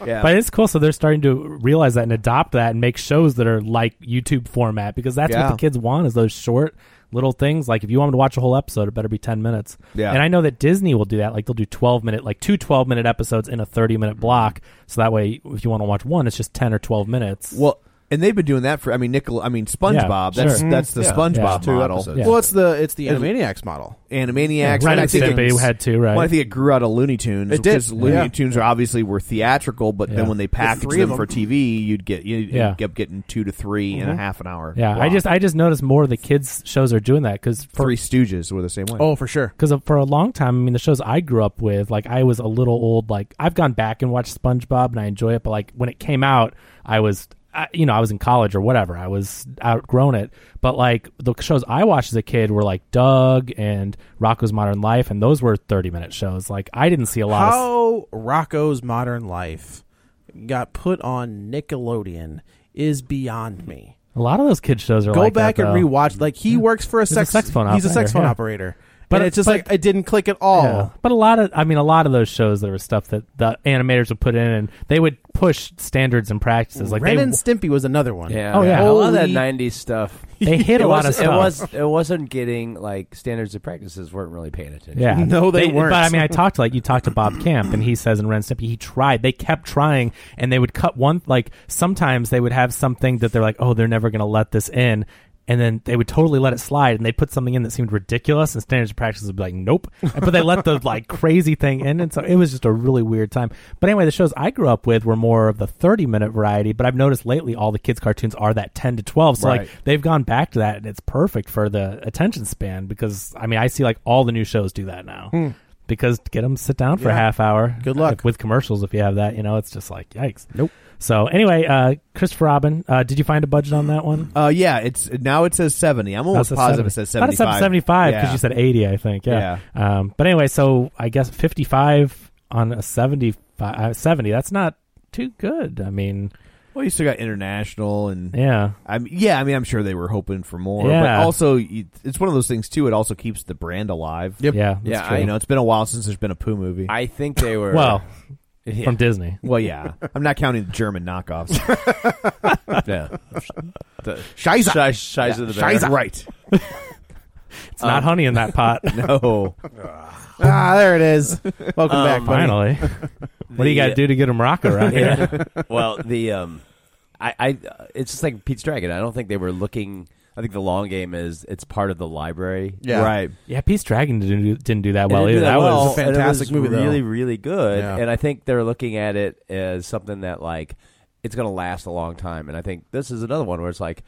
S6: yeah.
S9: But it's cool. So they're starting to realize that and adopt that and make shows that are like YouTube format because that's
S6: Yeah.
S9: what the kids want is those short little things. Like if you want them to watch a whole episode, it better be 10 minutes.
S6: Yeah.
S9: And I know that Disney will do that. Like they'll do 12 minute, like two 12 minute episodes in a 30
S6: Mm-hmm.
S9: minute block. So that way, if you want to watch one, it's just 10 or 12 minutes.
S6: well, and they've been doing that for I mean, Nickel, I mean, SpongeBob.
S9: Yeah,
S6: that's
S9: sure.
S6: that's the
S9: Yeah.
S8: Mm-hmm.
S6: SpongeBob
S9: Yeah.
S6: model.
S9: episodes. Yeah.
S7: Well, it's the it's the
S6: It-
S7: Animaniacs model.
S6: Animaniacs.
S9: Ren
S6: and I
S9: and
S6: think it-
S9: Stimpy had to, right?
S6: Well, I think it grew out of Looney Tunes.
S7: It did.
S6: because Looney
S7: Yeah.
S6: Tunes are obviously were theatrical, but
S9: Yeah.
S6: then when they packaged
S7: three of
S6: them for
S7: them.
S6: TV, you'd get you
S9: Yeah. Mm-hmm.
S6: kept getting two to 3 in a half an hour.
S9: Yeah. I
S6: block.
S9: just, I just noticed more of the kids shows are doing that because for,
S6: Three Stooges were the same way.
S7: Oh, for sure.
S9: because for a long time, I mean, the shows I grew up with, like I was a little old. Like I've gone back and watched SpongeBob, and I enjoy it. But like when it came out, I was, I, you know, I was in college or whatever. I was outgrown it. But like the shows I watched as a kid were like Doug and Rocco's Modern Life, and those were thirty minute shows. Like I didn't see a lot. of...
S7: How Rocco's Modern Life got put on Nickelodeon is beyond me.
S9: A lot of those kids shows are
S7: Go
S9: like that,
S7: back and
S9: though.
S7: rewatch. Like he works for a,
S9: He's a
S7: sex,
S9: saxophone
S7: He's a
S9: operator,
S7: saxophone
S9: yeah.
S7: operator,
S9: But-
S7: but it's just
S9: but-
S7: like it didn't click at all.
S9: Yeah. But a lot of, I mean, a lot of those shows, there was stuff that the animators would put in, and they would push standards and practices. Like
S7: Ren
S9: they
S7: and Stimpy was another one.
S8: yeah,
S9: Oh, yeah.
S8: a lot of that
S7: Holy-
S8: '90s stuff.
S9: They hit
S8: It
S9: a lot
S8: wasn't-
S9: of stuff.
S8: It was it wasn't getting like standards and practices weren't really paying attention.
S9: Yeah,
S7: No, they weren't.
S9: But I mean, I talked to, like you talked to Bob Camp, and he says in Ren Stimpy, he tried. They kept trying, and they would cut one. Like sometimes they would have something that they're like, oh, they're never going to let this in. And then they would totally let it slide, and they put something in that seemed ridiculous, and standards and practices would be like, "Nope." But they let the like crazy thing in, and so it was just a really weird time. But anyway, the shows I grew up with were more of the thirty-minute variety. But I've noticed lately, all the kids' cartoons are that ten to twelve. So
S8: Right.
S9: like they've gone back to that and it's perfect for the attention span because I mean I see like all the new shows do that now because get them sit down for a half hour
S7: Good luck.
S9: if- with commercials if you have that you know it's just like yikes nope so anyway uh Christopher Robin uh did you find a budget on that one
S6: Uh, yeah, it's now it says seventy. I'm almost positive it says seventy.
S9: I thought it said 75 because you said 80 I think yeah, Um, but anyway so I guess 55 on a 75 uh, 70 that's not too good I mean
S6: Well, you still got international and
S9: Yeah.
S6: I'm yeah. I mean, I'm sure they were hoping for more,
S9: Yeah.
S6: but also you- it's one of those things too. It also keeps the brand alive.
S9: Yep. Yeah, that's
S6: yeah.
S9: true.
S6: you know, it's been a while since there's been a poo movie.
S8: I think they were
S9: Well, from Disney.
S6: Well, yeah. I'm not counting the German knockoffs. yeah. The Scheiße.
S8: Scheiße the bear.
S6: Scheiße. Right.
S9: It's not honey in that pot.
S6: No.
S7: ah, there it is. Welcome back, buddy.
S9: Um, Finally. what do you got to
S8: The-
S9: do to get a Morocco around here?
S8: Yeah. well, the um, I, I uh, it's just like Pete's Dragon. I don't think they were looking. I think the long game is it's part of the library.
S7: Yeah.
S6: Right.
S9: Yeah, Peace Dragon didn't do, didn't do that well
S8: It
S9: either.
S8: did
S9: That
S8: well,
S9: was
S8: and it
S7: fantastic movie, though.
S8: Really, really good.
S7: Yeah.
S8: And I think they're looking at it as something that like it's going to last a long time. And I think this is another one where it's like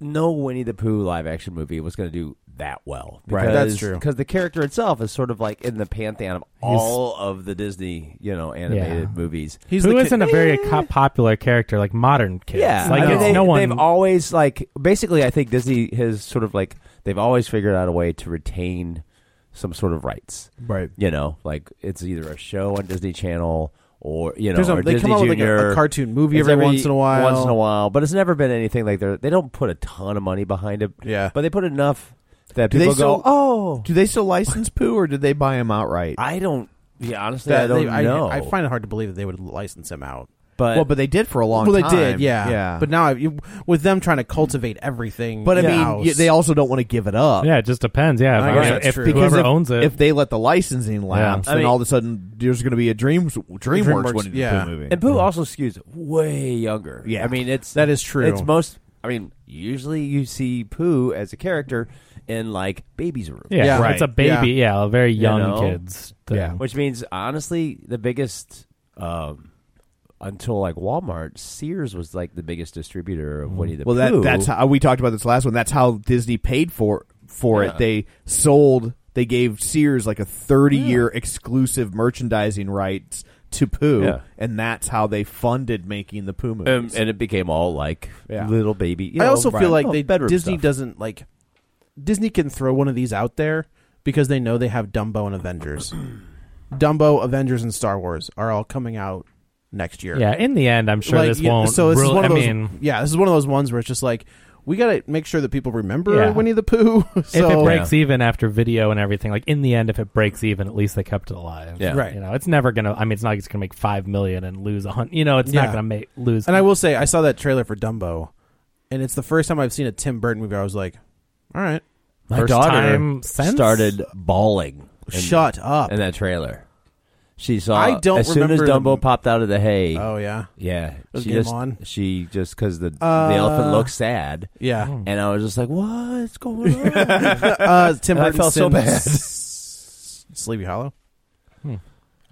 S8: no Winnie the Pooh live action movie was going to do that well.
S6: Right.
S7: That's true.
S8: Because the character itself is sort of like in the pantheon of all of the Disney, you know, animated
S9: Yeah.
S8: movies.
S7: He's
S9: who
S7: the
S9: isn't
S7: kid- Eh.
S9: a very co- popular character like modern kids.
S8: Yeah,
S9: like
S8: I mean,
S9: it's
S8: they,
S9: no one.
S8: They've always like basically. I think Disney has sort of like they've always figured out a way to retain some sort of rights.
S6: Right.
S8: You know, like it's either a show on Disney Channel or you know,
S7: There's a-
S8: or
S7: they
S8: Disney
S7: come out with, like, a-
S8: Junior.
S7: a cartoon movie
S8: It's
S7: every once in a while.
S8: Once in a while, but it's never been anything like they they don't put a ton of money behind it.
S7: Yeah.
S8: but they put enough that
S6: Do they
S8: people go,
S6: still-
S8: oh,
S6: Do they still license poo, or did they buy him outright?
S8: I don't. Yeah, honestly,
S7: that
S8: I don't
S7: they- I,
S8: know.
S7: I find it hard to believe that they would license him out.
S8: but
S6: well, but they did for a long
S7: well, they
S6: time.
S7: did, yeah.
S6: Yeah.
S7: But now, I, you, with them trying to cultivate everything,
S6: But I mean,
S7: in-house-
S6: y- they also don't want to give it up.
S9: yeah, it just depends. Yeah,
S7: I
S9: if,
S7: guess
S9: if-
S7: that's
S9: if
S7: true.
S9: whoever
S6: if,
S9: owns it,
S6: if they let the licensing lapse, then
S9: Yeah.
S8: I mean-
S6: all of a sudden there's going to be a Dreams DreamWorks,
S7: DreamWorks,
S6: Winnie the
S7: yeah.
S6: Pooh movie.
S8: And Pooh also skews way younger.
S6: Yeah.
S8: I mean it's
S7: That is true.
S8: It's most. I mean, usually you see Pooh as a character in like baby's room.
S9: yeah,
S7: Yeah.
S9: it's a baby. Yeah, a very young
S8: know?
S9: kids. thing.
S6: Yeah.
S8: Which means honestly, the biggest um, until like Walmart, Sears was like the biggest distributor of Winnie the
S6: well,
S8: Pooh.
S6: that, that's how we talked about this last one. That's how Disney paid for for
S8: Yeah.
S6: it. They sold. They gave Sears like a thirty year exclusive merchandising rights to Pooh,
S8: Yeah.
S6: and that's how they funded making the Pooh movies.
S8: Um, and it became all like
S6: Yeah.
S8: little baby. you
S7: I
S8: know,
S7: also
S8: right,
S7: feel like
S8: oh,
S7: they
S8: bedroom
S7: Disney
S8: stuff.
S7: doesn't like Disney can throw one of these out there because they know they have Dumbo and Avengers. Dumbo, Avengers, and Star Wars are all coming out next year.
S9: Yeah, in the end, I'm sure
S7: Like,
S9: this
S7: yeah,
S9: won't.
S7: So this
S9: rule-
S7: is one of
S9: I
S7: those.
S9: mean,
S7: yeah, this is one of those ones where it's just like we got to make sure that people remember
S9: Yeah.
S7: Winnie the Pooh. so,
S9: if it breaks even after video and everything, like in the end, if it breaks even, at least they kept it alive.
S8: Yeah.
S7: Right.
S9: You know, it's never gonna. I mean, it's not. like It's gonna make five million and lose a hundred. You know, it's
S7: Yeah.
S9: not gonna make lose.
S7: and I will say, I saw that trailer for Dumbo, and it's the first time I've seen a Tim Burton movie. I was like, all right,
S8: My
S9: First
S8: daughter
S9: time since?
S8: started bawling. in-
S7: shut up.
S8: in that trailer. She saw.
S7: I don't
S8: as soon as
S7: remember
S8: Dumbo
S7: the-
S8: popped out of the hay.
S7: oh yeah,
S8: Yeah,
S7: Was
S8: she
S7: Game
S8: just
S7: On?
S8: she just because the
S7: Uh, Hmm.
S8: the elephant looked sad,
S7: yeah.
S8: and I was just like, "What's going on?"
S7: uh, Tim
S8: I
S7: Burton.
S8: felt so bad.
S7: Sleepy Hollow.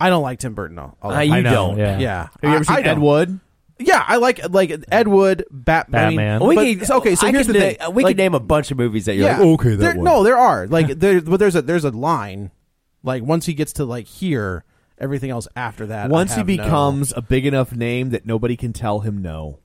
S7: I don't like Tim Burton. All, all
S8: Ah,
S7: that.
S8: you
S9: Hmm. I know,
S8: don't.
S9: Yeah.
S6: Uh,
S7: yeah.
S6: have you ever
S7: I,
S6: seen
S7: I
S6: Ed
S7: don't.
S6: Wood?
S7: Yeah, I like like Ed Wood, Batman.
S9: Batman.
S8: We
S7: But-
S8: can,
S7: so- okay, so
S8: I
S7: here's
S8: can
S7: the
S8: na-
S7: thing.
S8: We
S7: like,
S8: can name a bunch of movies that you're
S7: yeah,
S8: like, "Okay, that
S7: there,
S8: one."
S7: No, there are like there, but there's a there's a line. Like once he gets to like here, everything else after that. I
S6: Once he
S7: have no-
S6: becomes a big enough name that nobody can tell him no.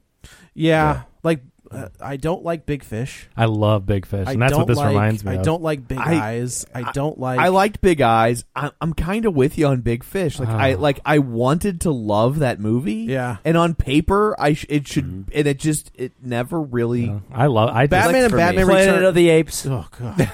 S7: yeah, like uh, I don't like Big Fish.
S9: I love Big Fish,
S7: I
S9: and that's
S7: don't
S9: what this
S7: like,
S9: reminds me.
S7: I
S9: of.
S7: don't like Big
S6: I-
S7: Eyes. I don't like.
S6: I liked Big Eyes. I, I'm kind of with you on Big Fish. Like I like I wanted to love that movie.
S7: Ah. Yeah.
S6: And on paper, I sh- it should
S8: Mm-hmm.
S6: and it just it never really.
S9: I love. I just,
S7: Batman and Batman
S8: Planet
S7: Return-
S8: of the Apes.
S7: Oh god,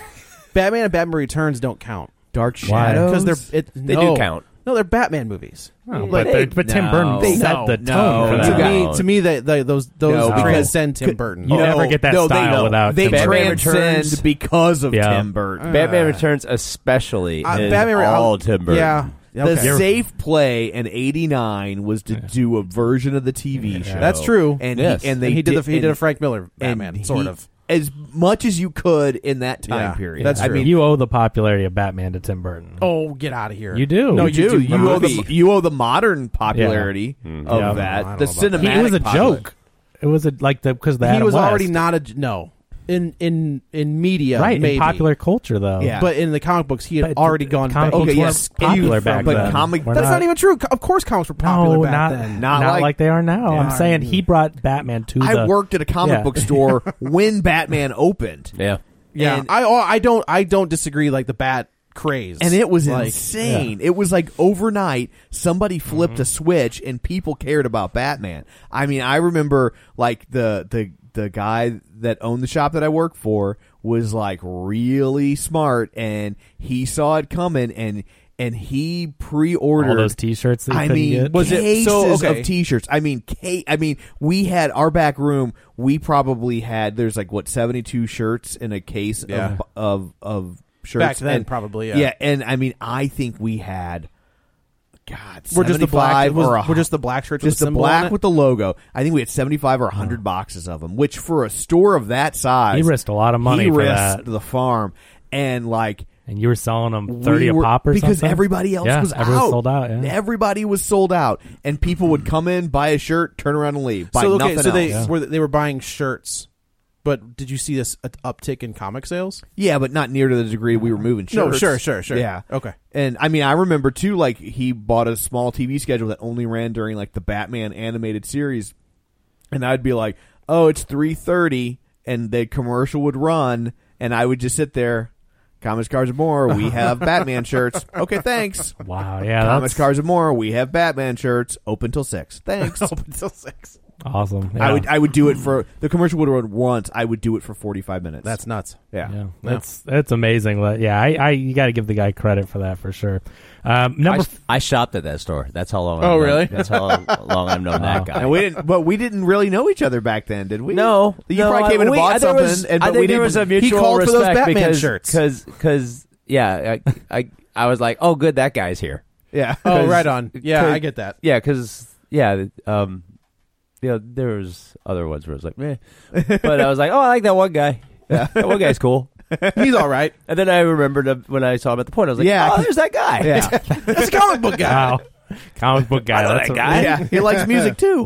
S7: Batman and Batman Returns don't count.
S6: Dark
S9: Why?
S6: Shadows
S7: because they're it,
S8: They
S7: no.
S8: do count.
S7: No, they're Batman movies.
S9: Oh,
S8: Like,
S9: but they, but Tim
S8: no.
S9: Burton
S8: They-
S9: set
S6: no,
S9: the
S6: no,
S9: tone for
S6: Oh, no.
S9: that.
S7: to
S8: Yeah.
S7: me, to me, they, they, those those
S6: No,
S9: because-
S7: transcend Tim Burton.
S9: You never get that
S6: no, they
S9: style
S6: don't.
S9: without
S6: they
S9: Tim Burton.
S6: transcend
S8: Returns.
S6: because of
S9: Yeah.
S6: Tim Burton.
S8: Batman Returns, especially,
S7: Uh,
S8: is
S7: Batman-
S8: all
S7: I'll-
S8: Tim Burton.
S7: Yeah,
S6: The
S7: okay.
S6: safe play in '89 was to do a version of the TV show.
S7: That's true.
S6: And
S8: Yes.
S6: he, and
S7: and
S6: they
S7: he did, the, he did a
S6: and-
S7: Frank Miller
S6: and
S7: Batman, sort
S6: he-
S7: of.
S6: as much as you could in that time
S7: Yeah.
S6: period.
S7: That's
S6: I
S7: true.
S6: mean,
S9: you owe the popularity of Batman to Tim Burton.
S7: Oh, get out of here!
S9: You do.
S7: No,
S9: You
S6: do.
S7: you, do.
S6: You owe, the,
S7: Movie.
S6: you owe the modern popularity of
S9: Yeah. Mm-hmm.
S7: I
S6: that.
S7: don't
S6: The
S7: know about that.
S6: cinematic.
S9: He- it was a
S6: popular-
S9: joke. It was a like the because the
S7: He
S9: Adam
S7: was
S9: West.
S7: already not a j- no in in in media,
S9: right
S7: Maybe.
S9: in popular culture though.
S6: Yeah.
S7: but in the comic books, he had
S9: But
S7: already
S9: the
S7: gone.
S9: comic
S7: back.
S9: books
S6: Okay,
S9: weren't
S6: yes.
S9: popular
S6: And-
S9: back
S6: but
S9: then.
S6: comic-
S9: We're
S7: That's not, even true. Co- Of course, comics were popular
S9: no,
S7: back
S9: not,
S7: then.
S9: Not,
S6: Not
S9: like,
S6: like-
S9: they are now. I'm
S7: Yeah.
S9: saying he brought Batman to.
S6: I
S9: the,
S6: worked at a comic
S9: Yeah.
S6: book store when Batman opened.
S8: yeah.
S7: Yeah,
S6: And-
S7: oh, I I don't I don't disagree. Like the Bat craze,
S6: And it was
S7: Like,
S6: insane. It was like overnight, somebody flipped a
S9: Mm-hmm.
S6: switch and people cared about Batman. I mean, I remember like the the the guy that owned the shop that I worked for was like really smart and he saw it coming and and he pre-ordered
S9: All those T-shirts that you
S6: I
S9: couldn't
S6: mean,
S9: get?
S6: was
S9: Was
S6: it
S9: it-
S7: so, okay.
S6: of T-shirts? I mean, ca- I mean, we had our back room. We probably had there's like what 72 shirts in a case
S7: Yeah.
S6: of, of of shirts
S7: Back then,
S6: and,
S7: probably, yeah.
S6: yeah, and I mean, I think we had. God,
S7: We're just the black-
S6: 75 or a,
S7: we're just the black shirts with
S6: just
S7: the
S6: the
S7: symbol on
S6: black
S7: it?
S6: with the logo. I think we had seventy five or hundred boxes of them, which for a store of that size,
S9: He risked a lot of money
S6: He
S9: for
S6: risked
S9: that.
S6: the farm, and like
S9: and you were selling them thirty
S6: we
S9: a
S6: were-
S9: pop or
S6: because
S9: something?
S6: everybody else
S9: yeah,
S6: was
S9: everyone
S6: out.
S9: sold out. Yeah.
S6: Everybody was sold out, and people would come in, buy a shirt, turn around and leave. Buy
S7: so okay,
S6: nothing
S7: so they
S6: else.
S7: were they were buying shirts, but did you see this uh, uptick in comic sales?
S6: Yeah, but not near to the degree we were moving shirts.
S7: No, sure, sure, sure.
S6: Yeah,
S7: Okay.
S6: And I mean, I remember too. Like he bought a small TV schedule that only ran during like the Batman animated series, and I'd be like, "Oh, it's three thirty, and the commercial would run, and I would just sit there. Comics, cars, and more. We have Batman shirts. Okay, thanks.
S9: Wow. Yeah.
S6: Comics,
S9: That's
S6: cars, and more. We have Batman shirts. Open till six. Thanks.
S7: Until six.
S9: awesome. Yeah.
S6: I would I would do it for the commercial would run once. I would do it for forty five minutes.
S7: That's nuts.
S6: yeah.
S9: Yeah, that's that's amazing. Like, Yeah, I, I you got to give the guy credit for that for sure. Um,
S8: I,
S9: number
S8: sh- I shopped at that store. That's how long.
S7: Oh,
S8: I've known-
S7: really?
S8: That's how long I've known that guy.
S6: Uh-huh. And we didn't, but we didn't really know each other back then, did we?
S8: No,
S6: you
S8: no,
S6: probably came
S8: I-
S6: in and
S8: we- I-
S6: bought
S8: there
S6: something,
S8: was-
S6: and
S8: I
S6: but
S8: think
S6: we
S8: there
S6: didn't,
S8: was a mutual
S6: He called for
S8: respect
S6: those Batman
S8: because,
S6: shirts.
S8: because because yeah, I, I I was like, oh, good, that guy's here.
S6: yeah.
S7: Oh, right on. Yeah,
S8: 'cause-
S7: I get that.
S8: Yeah, because yeah, um, you know, there was other ones where I was like, meh, but I was like, oh, I like that one guy. that one guy's cool.
S7: He's all right.
S8: And then I remembered him when I saw him at the point. I was like,
S6: Yeah,
S8: oh, there's that guy.
S6: Yeah.
S7: That's a comic book guy.
S9: wow, comic book guy.
S8: know
S9: That's
S8: that
S9: a-
S8: guy.
S6: yeah, he likes music too.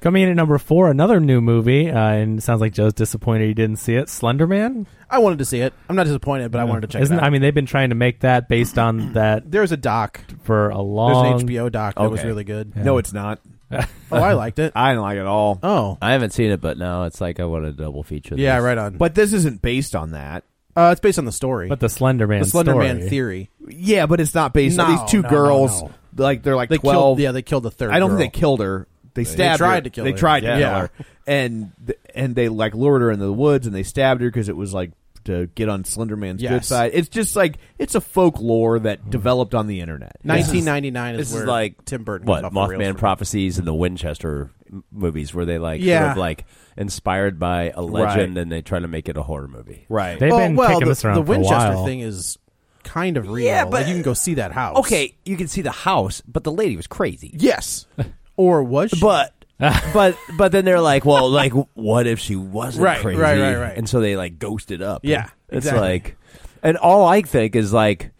S9: Coming in at number four, another new movie, uh, and it sounds like Joe's disappointed he didn't see it. Slenderman.
S7: I wanted to see it. I'm not disappointed, but I wanted to check
S9: Isn't
S7: it out.
S9: I mean they've been trying to make that based on that
S7: there's a doc.
S9: for a
S7: There's
S9: long.
S7: an HBO doc that was
S8: Okay.
S7: really good.
S6: No, it's not.
S7: Oh, I liked it.
S6: I do not like it at all.
S7: Oh,
S8: I haven't seen it, but now it's like I want to double feature. This.
S7: yeah, right on. But
S6: But this isn't based on that.
S7: uh, it's based on the story,
S9: But the Slenderman.
S7: the Slender Man
S9: story.
S7: theory.
S6: Yeah, but it's not based. on
S7: No,
S6: These two
S7: no, no,
S6: girls,
S7: no.
S6: like they're like
S7: They
S6: twelve.
S7: killed. Yeah, they killed the third.
S6: I don't
S7: girl.
S6: think they killed her. They stabbed.
S7: tried
S6: her.
S7: to kill
S6: They
S7: her.
S6: tried to
S7: Yeah.
S6: kill her, and th- and they like lured her into the woods and they stabbed her because it was like to get on Slenderman's good
S7: Yes.
S6: side. It's just like it's a folklore that developed on the internet.
S7: 1999
S8: This
S7: is
S8: is
S7: where
S8: like
S7: Tim Burton.
S8: What
S7: got off the rails
S8: Mothman
S7: for-
S8: prophecies and the Winchester m- movies, where they like sort
S7: Yeah.
S8: of like inspired by a legend and they try to make it a horror movie.
S6: right?
S9: They've
S7: Well,
S9: been
S7: Oh, well,
S9: kicking
S7: the,
S9: this around
S7: the
S9: for a
S7: Winchester
S9: while.
S7: thing is kind of real.
S8: Yeah,
S7: like
S8: but-
S7: you can go see that house.
S8: Okay, you can see the house, but the lady was crazy.
S7: Yes. Or was she?
S8: But but but then they're like, well, like what if she wasn't
S7: Right,
S8: crazy?
S7: right, right, right.
S8: And so they like ghosted up.
S7: Yeah,
S8: it's
S7: exactly.
S8: like, and all I think is like.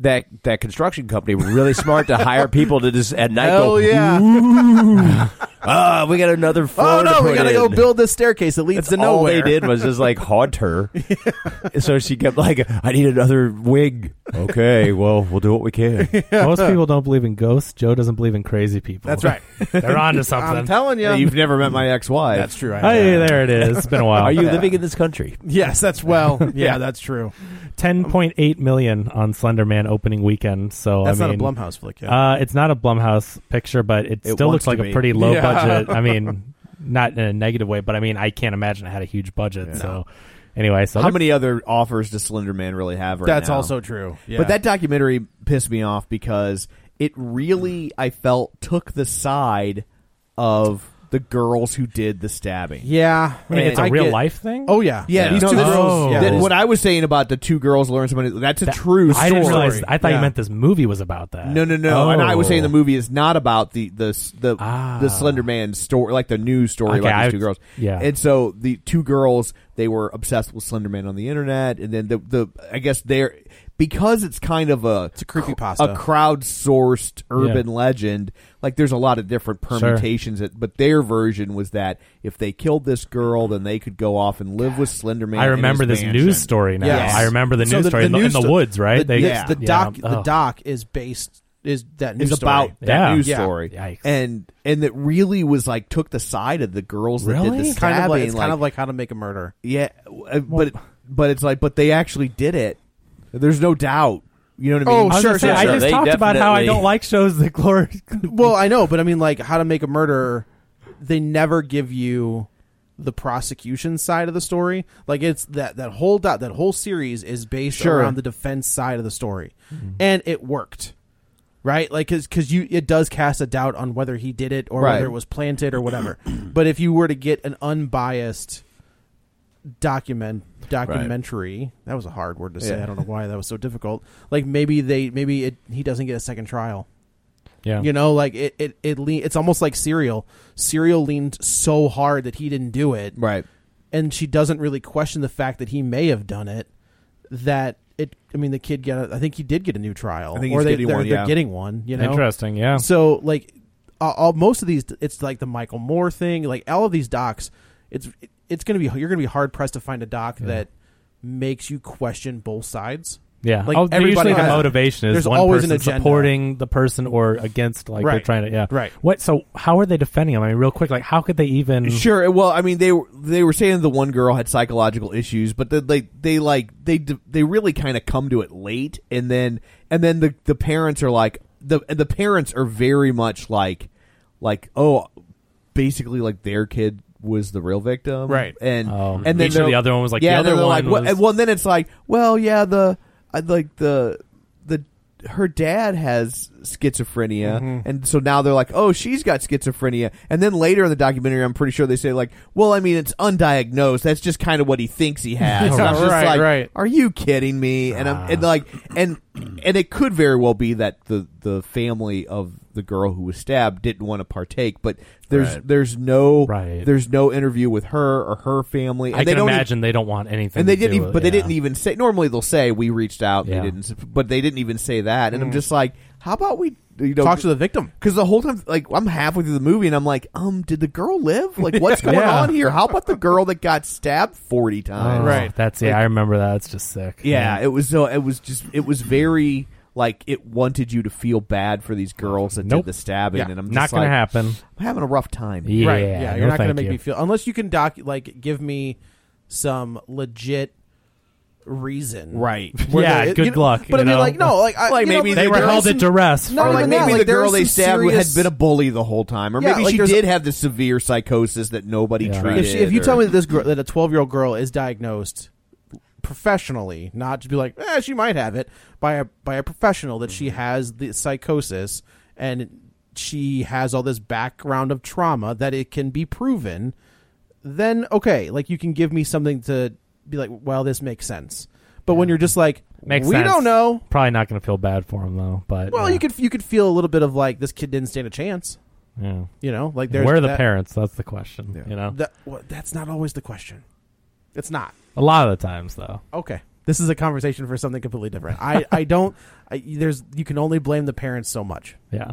S8: That, that construction company were really smart to hire people to just at night go,
S6: Oh,
S7: Hell yeah.
S8: "Ooh, ah, we got another floor
S7: oh no,
S8: to
S7: we
S8: put
S7: gotta
S8: in."
S7: go build this staircase that leads to
S8: That's all they
S7: nowhere.
S8: did was just like haunt her. so she kept like, I need another wig. Okay, well, we'll do what we can.
S9: Most people don't believe in ghosts. Joe doesn't believe in crazy people.
S7: That's right.
S9: They're on to something.
S7: I'm telling you.
S6: Hey, You've never met my ex-wife.
S7: that's true. I
S9: hey, there it is. It's been a while.
S8: Are you living in this country?
S7: Yes, that's well. Yeah, that's true.
S9: Ten point eight million on Slenderman opening weekend. So
S7: That's
S9: I mean,
S7: not a Blumhouse flick. Yeah.
S9: Uh, it's not a Blumhouse picture, but it,
S6: It
S9: still
S6: wants
S9: looks like
S6: to
S9: a
S6: be.
S9: pretty low
S7: Yeah.
S9: budget. I mean, not in a negative way, but I mean, I can't imagine it had a huge budget. So anyway, so
S6: How
S9: they're-
S6: many other offers does Slender Man really have right
S7: that's
S6: now?
S7: also true. Yeah.
S6: But that documentary pissed me off because it really, I felt, took the side of the girls who did the stabbing.
S7: yeah,
S9: I mean, it's
S7: a
S9: a real life thing.
S7: Oh yeah,
S6: Yeah,
S7: These
S6: no,
S7: two
S6: this-
S7: girls.
S9: Oh.
S6: that-
S7: Yeah,
S6: what I was saying about the two girls luring somebody—that's a true story.
S9: I didn't realize. I thought
S7: Yeah.
S9: you meant this movie was about that.
S6: No, no, no. And I was saying the
S9: Oh.
S6: movie is not about the the the,
S9: Ah.
S6: the Slender Man story, like the news story
S9: Okay,
S6: about these
S9: I-
S6: two girls.
S9: yeah.
S6: And so the two girls, they were obsessed with Slender Man on the internet, and then the the I guess they're because it's kind of a
S7: It's a
S6: a
S7: creepypasta.
S6: crowdsourced urban
S9: Yeah.
S6: legend. Like there's a lot of different permutations, that, but their version was that if they killed this girl, then they could go off and live with Slender Man.
S9: I
S6: in his
S9: remember this
S6: mansion.
S9: news story now.
S7: Yes.
S9: I remember the
S7: So
S9: news story in the,
S7: news
S9: in the
S7: sto-
S9: woods, right?
S7: The,
S6: yeah.
S7: the doc.
S9: yeah. Oh.
S7: The doc is based is that news
S6: is
S7: story.
S6: about that
S9: Yeah.
S6: news
S7: Yeah.
S6: story,
S9: Yikes.
S6: and and that really was like took the side of the girls that did
S9: Really?
S6: the
S7: It's kind of like
S6: stabbing,
S7: it's kind of like how to make a murder.
S6: yeah, uh, but but it's like but they actually did it. There's no doubt. You know what I
S7: Oh,
S6: mean?
S7: I was sure, gonna say, sure, I sure.
S9: just talked about how I don't like shows that glory.
S7: well, I know, but I mean, like, How to Make a Murderer, they never give you the prosecution side of the story. Like, it's that that whole dot that whole series is based
S6: Sure.
S7: around the defense side of the story, and it worked, right? Like, because you it does cast a doubt on whether he did it or
S6: Right.
S7: whether it was planted or whatever. but if you were to get an unbiased document documentary that was a hard word to say
S6: Yeah.
S7: i don't know why that was so difficult like maybe they maybe it he doesn't get a second trial
S9: Yeah.
S7: you know, like it it it le- it's almost like Serial. Serial leaned so hard that he didn't do it,
S6: Right.
S7: and she doesn't really question the fact that he may have done it. That it, I mean, the kid got. A, I think he did get a new trial,
S6: I think
S7: or
S6: he's
S7: they,
S6: getting
S7: they're,
S6: one,
S7: they're
S6: yeah.
S7: getting one. You know,
S9: Interesting, yeah.
S7: So like, uh, all, most of these, it's like the Michael Moore thing. Like all of these docs, it's it's gonna be you're gonna be hard pressed to find a doc that makes you question both sides.
S9: Yeah,
S7: like
S9: oh, they're
S7: everybody
S9: usually the
S7: has-
S9: motivation is
S7: there's
S9: one
S7: always an
S9: person
S7: agenda.
S9: supporting the person or against, like they're
S7: Right.
S9: trying to. Yeah,
S7: Right.
S9: What? So how are they defending him? I mean, real quick, like how could they even?
S6: Sure. Well, I mean, they were they were saying the one girl had psychological issues, but then they they like they d- they really kind of come to it late, and then and then the the parents are like the the parents are very much like like oh, basically like their kid was the real victim,
S7: Right.
S6: And
S9: Oh.
S6: and then
S9: Each of
S6: they're-
S9: the other one was like, the
S6: yeah, and then
S9: other
S6: they're
S9: one
S6: like, well,
S9: was-
S6: and- well, and then it's like well, yeah, the I like the the her dad has schizophrenia
S9: Mm-hmm.
S6: and so now they're like oh she's got schizophrenia and then later in the documentary i'm pretty sure they say like well i mean it's undiagnosed that's just kind of what he thinks he has And I'm just
S7: right,
S6: like
S7: right.
S6: are you kidding me and i'm and like and and it could very well be that the the family of the girl who was stabbed didn't want to partake but there's there's no
S9: Right.
S6: there's no interview with her or her family and
S9: I
S6: they
S7: e-
S9: can
S6: don't even-
S9: imagine they don't want anything.
S6: and they
S9: to
S6: didn't
S9: do
S6: even,
S9: with-
S6: but they
S9: yeah.
S6: didn't even say normally they'll say we reached out
S9: Yeah. Mm.
S6: they didn't s- but they didn't even say that and i'm just like how about we you know
S7: Talk to the victim.
S6: because the whole time like i'm halfway through the movie and i'm like um did the girl live like what's going
S9: Yeah.
S6: on here how about the girl that got stabbed 40
S9: Oh,
S6: times
S9: That's yeah. I remember that. It's just sick.
S6: yeah it was so it was just it was very like it wanted you to feel bad for these girls that
S9: Nope.
S6: did the stabbing
S7: Yeah.
S6: and i'm just
S9: not gonna
S6: like,
S9: happen.
S6: i'm having a rough time
S9: Yeah,
S7: right. Yeah, you're
S9: no
S7: not going to
S9: thank
S7: make
S9: you.
S7: me feel unless you can doc like give me some legit reason.
S6: right
S7: Where
S9: Yeah,
S7: they-
S9: good
S7: you know-
S9: luck,
S7: But I
S9: you
S7: mean,
S9: know?
S7: like, no, like, I,
S6: Like,
S7: you know,
S6: maybe
S7: there
S9: they were
S7: are
S9: held
S7: some-
S9: at duress.
S7: Not
S6: or
S9: for-
S6: like
S7: even
S6: maybe
S7: that, like,
S6: the
S7: there
S6: girl
S7: are
S6: they
S7: some
S6: stabbed
S7: serious-
S6: had been a bully the whole time, or
S7: Yeah,
S6: maybe
S7: like
S6: she
S7: there's-
S6: did have the severe psychosis that nobody
S9: Yeah.
S6: treated.
S7: If, she- if you
S6: or-
S7: tell me that this girl, that a 12 year old girl is diagnosed professionally, not to be like, eh, she might have it by a by a professional that
S9: Mm-hmm.
S7: she has the psychosis and she has all this background of trauma that it can be proven, then okay, like you can give me something to be like, well, this makes sense. But when you're just like,
S9: Makes
S7: we
S9: sense.
S7: don't know.
S9: Probably not going to feel bad for him though. But
S7: Well,
S9: yeah.
S7: you could you could feel a little bit of like this kid didn't stand a chance.
S9: Yeah.
S7: You know, like there's
S9: Where are the
S7: that-
S9: parents? That's the question. You know,
S7: That, well, that's not always the question. It's not.
S9: a lot of the times though.
S7: Okay. This is a conversation for something completely different. I, I don't. I, there's you can only blame the parents so much.
S9: Yeah.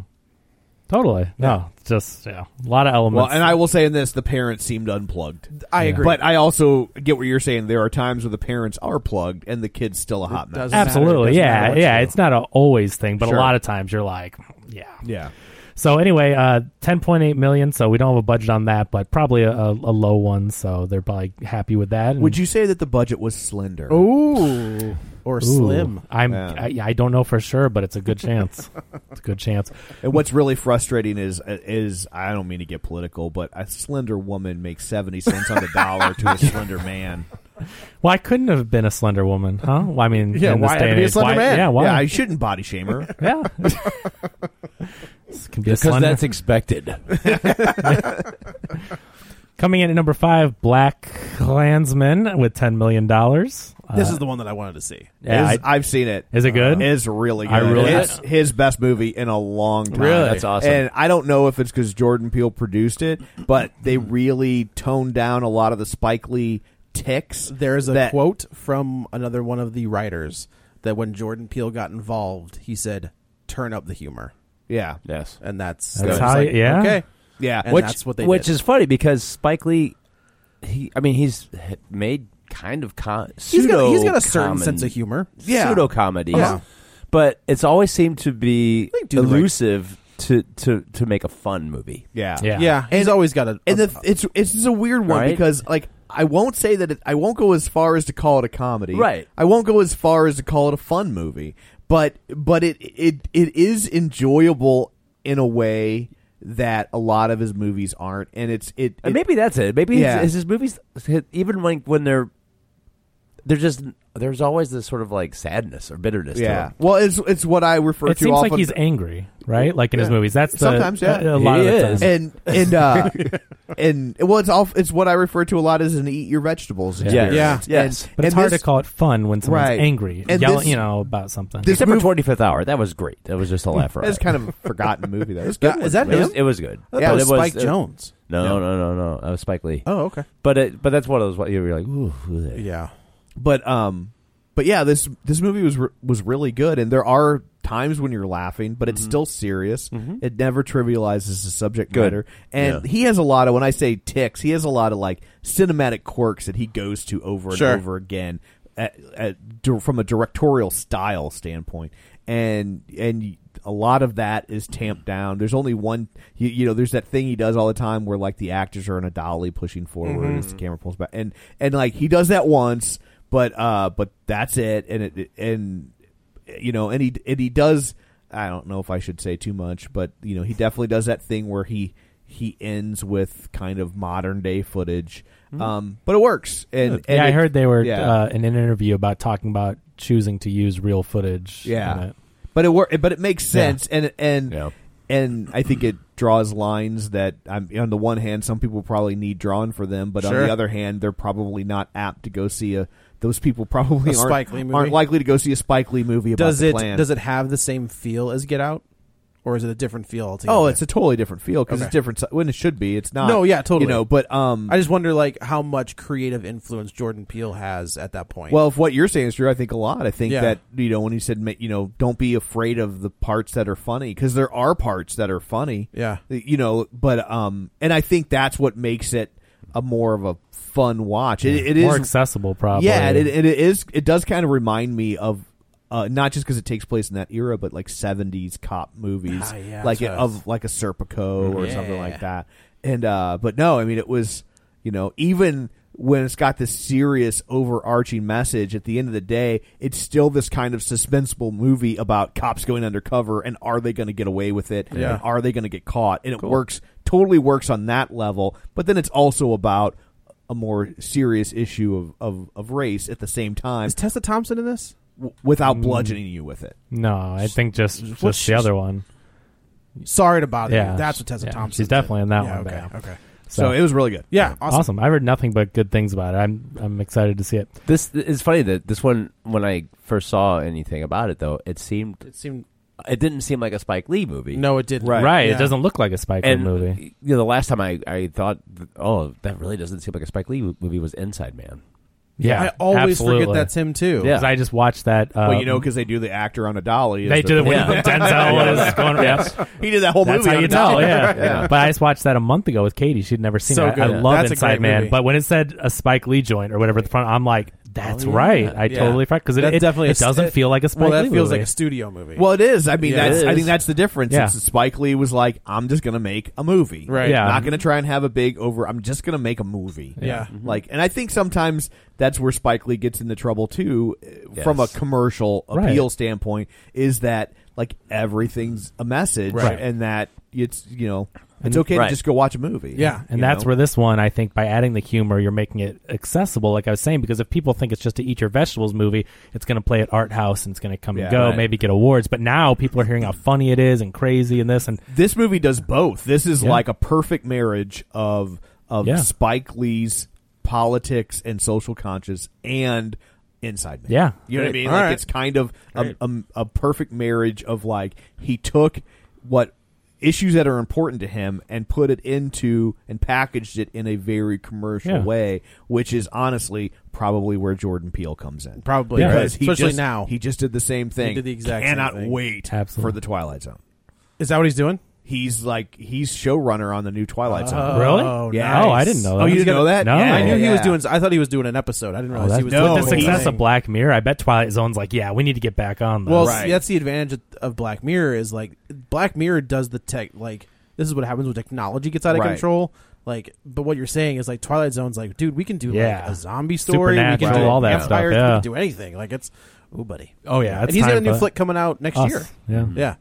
S9: Totally. No, it's just yeah, a lot of elements.
S6: well, and I will say in this, the parents seemed unplugged.
S7: I agree.
S6: But I also get what you're saying. There are times where the parents are plugged and the kid's still a hot mess.
S7: doesn't- matter. It
S9: absolutely,
S7: doesn't matter
S9: yeah,
S7: what you
S9: yeah.
S7: do.
S9: It's not a always thing, but
S6: Sure.
S9: a lot of times you're like, yeah.
S6: Yeah.
S9: So anyway, uh, ten point eight million. So we don't have a budget on that, but probably a, a, a low one. So they're probably happy with that. And-
S6: Would you say that the budget was slender?
S7: Oh. Ooh, or
S9: Ooh,
S7: slim.
S9: I'm.
S6: Yeah.
S9: I, I don't know for sure, but it's a good chance. it's a good chance.
S6: And what's really frustrating is uh, is I don't mean to get political, but a slender woman makes seventy cents on the dollar to a slender man.
S9: Well, I couldn't have been a slender woman, huh? Well, I mean,
S7: Yeah,
S9: in this
S7: why had
S9: day
S7: to
S9: and
S7: be a
S9: age,
S7: slender
S9: why-
S7: man?
S9: Yeah,
S6: Yeah,
S9: why?
S6: I shouldn't body shame her.
S9: Yeah. This can be a
S8: because
S9: slender-
S8: that's expected.
S9: Coming in at number five, Black Klansman with ten million dollars.
S7: this is the one that I wanted to see.
S9: Yeah,
S6: Is-
S9: I-
S6: I've seen it.
S9: Is it good?
S6: It's really good.
S9: I really-
S6: it's his best movie in a long time.
S8: Really? That's awesome.
S6: And I don't know if it's because Jordan Peele produced it, but they really toned down a lot of the Spike Lee ticks.
S7: There is a
S6: that-
S7: quote from another one of the writers that when Jordan Peele got involved, he said, "Turn up the humor,"
S6: Yeah,
S8: yes,
S7: and that's
S9: That's
S7: it's
S9: how-
S7: like,
S9: yeah.
S7: Okay,
S6: yeah.
S7: And
S8: which
S7: that's what they
S8: which
S7: did.
S8: is funny because Spike Lee, he I mean he's h- made kind of con
S7: he's
S8: pseudo
S7: got he's got a certain
S8: common-
S7: sense of humor.
S6: Yeah.
S8: pseudo comedies,
S7: Yeah.
S8: but it's always seemed to be
S7: They do the right-
S8: elusive to, to to make a fun movie.
S6: yeah,
S9: Yeah.
S7: Yeah, he's always got a.
S6: And
S7: a-
S6: the, it's it's just a weird one
S8: Right?
S6: because like I won't say that it, I won't go as far as to call it a comedy.
S8: Right.
S6: I won't go as far as to call it a fun movie, but but it it it is enjoyable in a way that a lot of his movies aren't, and it's it.
S8: And
S6: it-
S8: maybe that's it. Maybe
S6: Yeah.
S8: his, his movies, even when when they're they're just there's always this sort of like sadness or bitterness. to
S6: yeah.
S8: them.
S6: Well, it's it's what I refer
S9: It
S6: to.
S9: seems
S6: often.
S9: like he's angry, right? Like in his
S6: Yeah.
S9: movies. That's the,
S6: sometimes yeah
S9: a, a lot
S8: He
S9: of the
S8: is.
S9: time.
S6: and and uh and well it's all it's what I refer to a lot as an eat your vegetables experience.
S7: Yeah.
S8: Yes.
S9: But it's
S6: and
S9: hard
S6: this-
S9: to call it fun when someone's
S6: Right.
S9: angry,
S6: And
S9: yell,
S6: this-
S9: you know, about something.
S6: this
S8: Except for
S6: mov-
S8: Twenty Fifth Hour, that was great. That was just a laugh.
S6: That's kind of a forgotten movie though. It's good
S7: is that
S8: it was,
S7: him?
S8: it was good.
S7: I thought
S6: Yeah,
S7: that
S8: But
S7: was
S8: it was
S7: Spike
S8: uh,
S7: Jones.
S8: No, no, no, no, no. That was Spike Lee.
S7: Oh, okay.
S8: But it, but that's one of those what you're like. Ooh, there.
S7: Yeah.
S6: but um but yeah this this movie was re- was really good and there are times when you're laughing but it's
S8: Mm-hmm.
S6: still serious it never trivializes the subject
S8: Good.
S6: matter and he has a lot of when i say ticks he has a lot of like cinematic quirks that he goes to over and
S7: Sure.
S6: over again at, at, dir- from a directorial style standpoint and and a lot of that is tamped down there's only one you, you know there's that thing he does all the time where like the actors are in a dolly pushing forward as the camera pulls back and and like he does that once but uh but that's it and it and you know and he and he does i don't know if i should say too much but you know he definitely does that thing where he he ends with kind of modern day footage um but it works and, and
S9: yeah, I
S6: it-
S9: heard they were
S6: yeah.
S9: uh, in an interview about talking about choosing to use real footage.
S6: Yeah.
S9: in it.
S6: but it wor- but it makes sense and and
S8: Yeah.
S6: and I think it draws lines that I'm, on the one hand some people probably need drawn for them, but on
S7: Sure.
S6: the other hand they're probably not apt to go see a those people probably
S7: A
S6: aren't,
S7: Spike Lee movie?
S6: aren't likely to go see a Spike Lee movie about
S7: Does
S6: the
S7: it
S6: Klan.
S7: does it have the same feel as Get Out, or is it a different feel altogether?
S6: Oh, it's a totally different feel because
S7: Okay.
S6: it's different si- when it should be. It's not.
S7: No, yeah, totally.
S6: You know, but um,
S7: I just wonder like how much creative influence Jordan Peele has at that point.
S6: Well, if what you're saying is true, I think a lot. I think
S7: Yeah.
S6: that you know when he said ma- you know don't be afraid of the parts that are funny because there are parts that are funny.
S7: Yeah.
S6: you know, but um, and I think that's what makes it a more of a fun watch. It, it is
S9: more accessible, probably.
S6: Yeah, and it, and it is. It does kind of remind me of. Uh, not just because it takes place in that era, but like '70s cop movies,
S7: Ah, yeah,
S6: like
S7: that's what I was-
S6: of like a Serpico or something
S7: Yeah.
S6: like that. And uh, but no, I mean it was you know even when it's got this serious overarching message at the end of the day, it's still this kind of suspenseful movie about cops going undercover and are they going to get away with it?
S7: Yeah.
S6: And are they going to get caught? And it works totally works on that level. But then it's also about a more serious issue of, of, of race at the same time
S7: is Tessa Thompson in this?
S6: w-
S8: Mm.
S6: without bludgeoning you with it.
S9: no, I think just
S7: what's-
S9: just the other one.
S7: Sorry to bother
S9: Yeah,
S7: you. That's what Tessa
S9: yeah,
S7: Thompson.
S9: she's definitely in that
S7: yeah,
S9: one,
S7: Okay.
S9: yeah.
S7: Okay.
S6: So, it was really good.
S7: Yeah.
S9: awesome.
S7: Awesome.
S9: I've heard nothing but good things about it. I'm I'm excited to see it.
S8: This it's funny that this one when I first saw anything about it though it seemed
S7: It seemed.
S8: it didn't seem like a Spike Lee movie.
S7: No, it didn't.
S9: Right,
S7: Yeah.
S9: it doesn't look like a Spike Lee
S8: and
S9: movie.
S8: You know, the last time I I thought oh that really doesn't seem like a Spike Lee movie was Inside Man.
S9: Yeah,
S7: I always
S9: absolutely.
S7: forget that's him too.
S8: Yeah.
S9: 'Cause I just watched that. Uh,
S6: Well, you know, because they do the actor on a dolly. is
S9: they
S6: the-
S9: did it when
S8: Yeah.
S9: Denzel was going. Yes.
S6: He did that whole
S9: That's
S6: movie.
S9: how
S6: on
S9: you
S6: a dolly.
S9: tell, yeah. But I just watched that a month ago with Katie. She'd never seen
S7: So
S9: it. I- I
S7: good.
S9: love
S7: That's a
S9: Inside
S7: great
S9: Man,
S7: movie.
S9: but when it said a Spike Lee joint or whatever at the front, I'm like, that's
S8: Oh, yeah.
S9: right. I
S7: Yeah.
S9: totally forgot because it,
S7: That's
S9: it,
S7: definitely
S9: it
S7: a-
S9: doesn't feel like a Spike
S7: Well, that
S9: Lee
S7: feels
S9: movie.
S7: like a studio movie.
S6: Well, it is. I mean,
S7: Yeah,
S6: that's.
S8: it
S6: I
S8: is.
S6: think that's the difference.
S9: Yeah.
S6: It's Spike Lee was like, "I'm just gonna make a movie.
S7: Right.
S9: Yeah.
S6: Not gonna try and have a big over. I'm just gonna make a movie.
S7: Yeah.
S6: Like, and I think sometimes that's where Spike Lee gets into trouble too, uh, from a
S8: Yes.
S6: commercial
S9: Right.
S6: appeal standpoint. Is that like everything's a message,
S7: Right.
S6: and that it's you know it's okay
S8: Right.
S6: to just go watch a movie.
S7: Yeah.
S9: and
S6: you
S9: that's
S6: know?
S9: where this one, I think, by adding the humor, you're making it accessible. Like I was saying, because if people think it's just a eat your vegetables movie, it's going to play at art house and it's going to come
S6: Yeah,
S9: and go,
S6: right.
S9: maybe get awards. But now people are hearing how funny it is and crazy and this and
S6: this movie does both. This is
S9: Yeah.
S6: like a perfect marriage of of
S9: Yeah.
S6: Spike Lee's politics and social conscience and Inside Man.
S9: Yeah.
S6: you know what I
S9: Great.
S6: mean.
S7: All
S6: like
S7: right.
S6: it's kind of a, a, a perfect marriage of like he took what issues that are important to him and put it into and packaged it in a very commercial
S9: Yeah.
S6: way, which is honestly probably where Jordan Peele comes in.
S7: Probably,
S9: Yeah.
S6: because he
S7: especially
S6: just-
S7: now.
S6: he just did the same thing.
S7: did the exact same
S6: cannot
S7: thing.
S6: wait
S9: Absolutely.
S6: for the Twilight Zone
S7: Is that what he's doing?
S6: he's like he's showrunner on the new Twilight Zone.
S9: really,
S6: yeah.
S9: oh, I didn't know. That.
S6: Oh, you didn't know that?
S9: No,
S6: Yeah,
S7: I knew he
S6: yeah.
S7: was doing. I thought he was doing an episode. I didn't
S9: Oh,
S7: realize
S9: that's,
S7: he was
S6: No,
S7: doing the
S9: with the
S7: whole
S9: success
S7: thing.
S9: of Black Mirror, I bet Twilight Zone's like, yeah, we need to get back on. This.
S7: Well,
S6: Right.
S7: see, that's the advantage of, of Black Mirror is like Black Mirror does the tech like this is what happens when technology gets out of
S6: Right.
S7: control. Like, but what you're saying is like Twilight Zone's like, dude, we can do
S9: Yeah.
S7: like a zombie story, we can
S9: Supernatural,
S7: do
S9: all that
S7: vampires,
S9: stuff, yeah.
S7: we can do anything. Like it's, ooh, buddy.
S9: Oh, yeah,
S7: and
S9: it's
S7: he's got
S9: time
S7: a new
S9: for Mm-hmm.
S7: flick coming out next
S9: us.
S7: year.
S9: Yeah.
S7: yeah.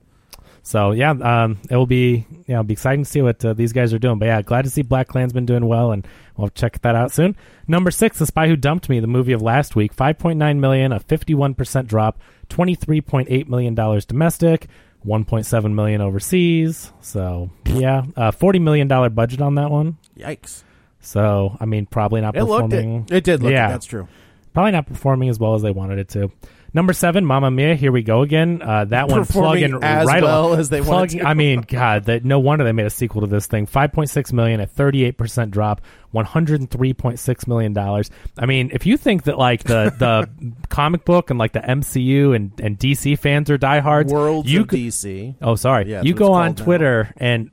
S9: So yeah, um, it will be you know it'll be exciting to see what uh, these guys are doing. But yeah, glad to see Black Klansman doing well, and we'll check that out soon. Number six, The Spy Who Dumped Me, the movie of last week, five point nine million, a fifty one percent drop, twenty three point eight million dollars domestic, one point seven million overseas. So yeah, uh, forty million dollar budget on that one.
S7: Yikes.
S9: So I mean, probably not
S7: It looked it.
S9: performing.
S7: It did look it, that's true.
S9: Probably not performing as well as they wanted it to. Number seven, Mamma Mia. Here we go again. Uh, that one
S7: Performing
S9: plugging
S7: as
S9: right
S7: well
S9: along-
S7: as they wanted
S9: plugging,
S7: to.
S9: I mean, God, that no wonder they made a sequel to this thing. Five point six million, a thirty-eight percent drop, one hundred and three point six million dollars. I mean, if you think that like the the comic book and like the MCU and and DC fans are diehards,
S7: Worlds
S9: you
S7: of
S9: could-
S7: DC.
S9: Oh, sorry.
S7: Yeah, that's
S9: you
S7: what it's
S9: go on
S7: called now.
S9: Twitter and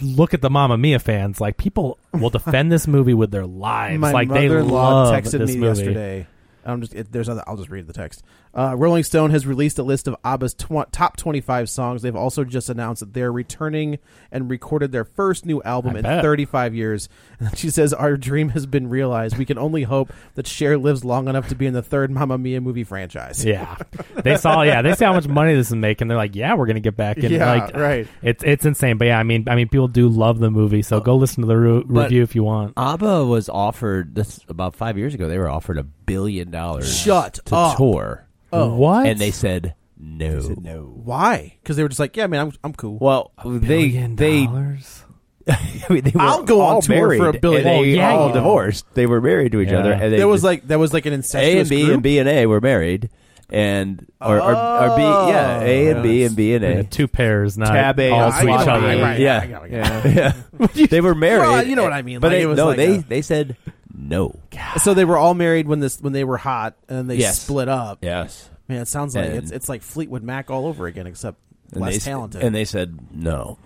S9: look at the Mamma Mia fans. Like people will defend this movie with their lives.
S7: My
S9: like they
S7: mother-in-law
S9: love
S7: texted
S9: this
S7: me
S9: movie.
S7: yesterday. I'm just it, there's other, I'll just read the text. Uh, Rolling Stone has released a list of ABBA's tw- top 25 songs. They've also just announced that they're returning and recorded their first new album
S9: I
S7: in
S9: bet.
S7: 35 years. She says our dream has been realized. We can only hope that Cher lives long enough to be in the third Mamma Mia movie franchise.
S9: Yeah, they saw. Yeah, they see how much money this is making. They're like, yeah, we're gonna get back in.
S7: Yeah,
S9: like,
S7: right.
S9: It's it's insane. But yeah, I mean, I mean, people do love the movie. So go listen to the re-
S6: But-
S9: review if you want.
S6: ABBA was offered this about five years ago. They were offered a billion dollars
S7: Shut
S6: to
S7: up.
S6: tour,
S7: Oh.
S9: What?
S6: and they said no. no.
S7: Why? Cuz they were just like, yeah, man, I'm I'm cool.
S6: Well, they
S9: Billion
S6: they,
S9: dollars?
S6: I mean, they were
S7: I'll go on
S6: all
S7: tour for
S6: married,
S7: a
S6: and
S7: billion.
S6: They
S9: Well, yeah,
S6: all
S9: yeah.
S6: divorced. They were married to each
S9: Yeah.
S6: other, and they
S7: there was
S6: just-
S7: like there was like an
S6: A
S7: incestuous
S6: and B
S7: group.
S6: and B and A were married, and or, or, or B yeah A and
S7: Oh.
S6: B and B and
S9: Yeah,
S6: A.
S9: two pairs, not
S11: Tab A
S9: all
S11: and
S9: to
S11: swap
S9: each
S11: A.
S9: other.
S7: Right, right.
S6: yeah,
S7: I got it, I
S6: yeah. they were married.
S7: Well, you know what I mean.
S6: But
S7: Like,
S6: they,
S7: it was
S6: no,
S7: like
S6: they
S7: a-
S6: they said no.
S7: So they were all married when this when they were hot and they
S6: Yes.
S7: split up.
S6: Yes,
S7: Man, it sounds like
S6: And-
S7: it's it's like Fleetwood Mac all over again, except
S6: and
S7: less
S6: they, s-
S7: talented.
S6: And they said no.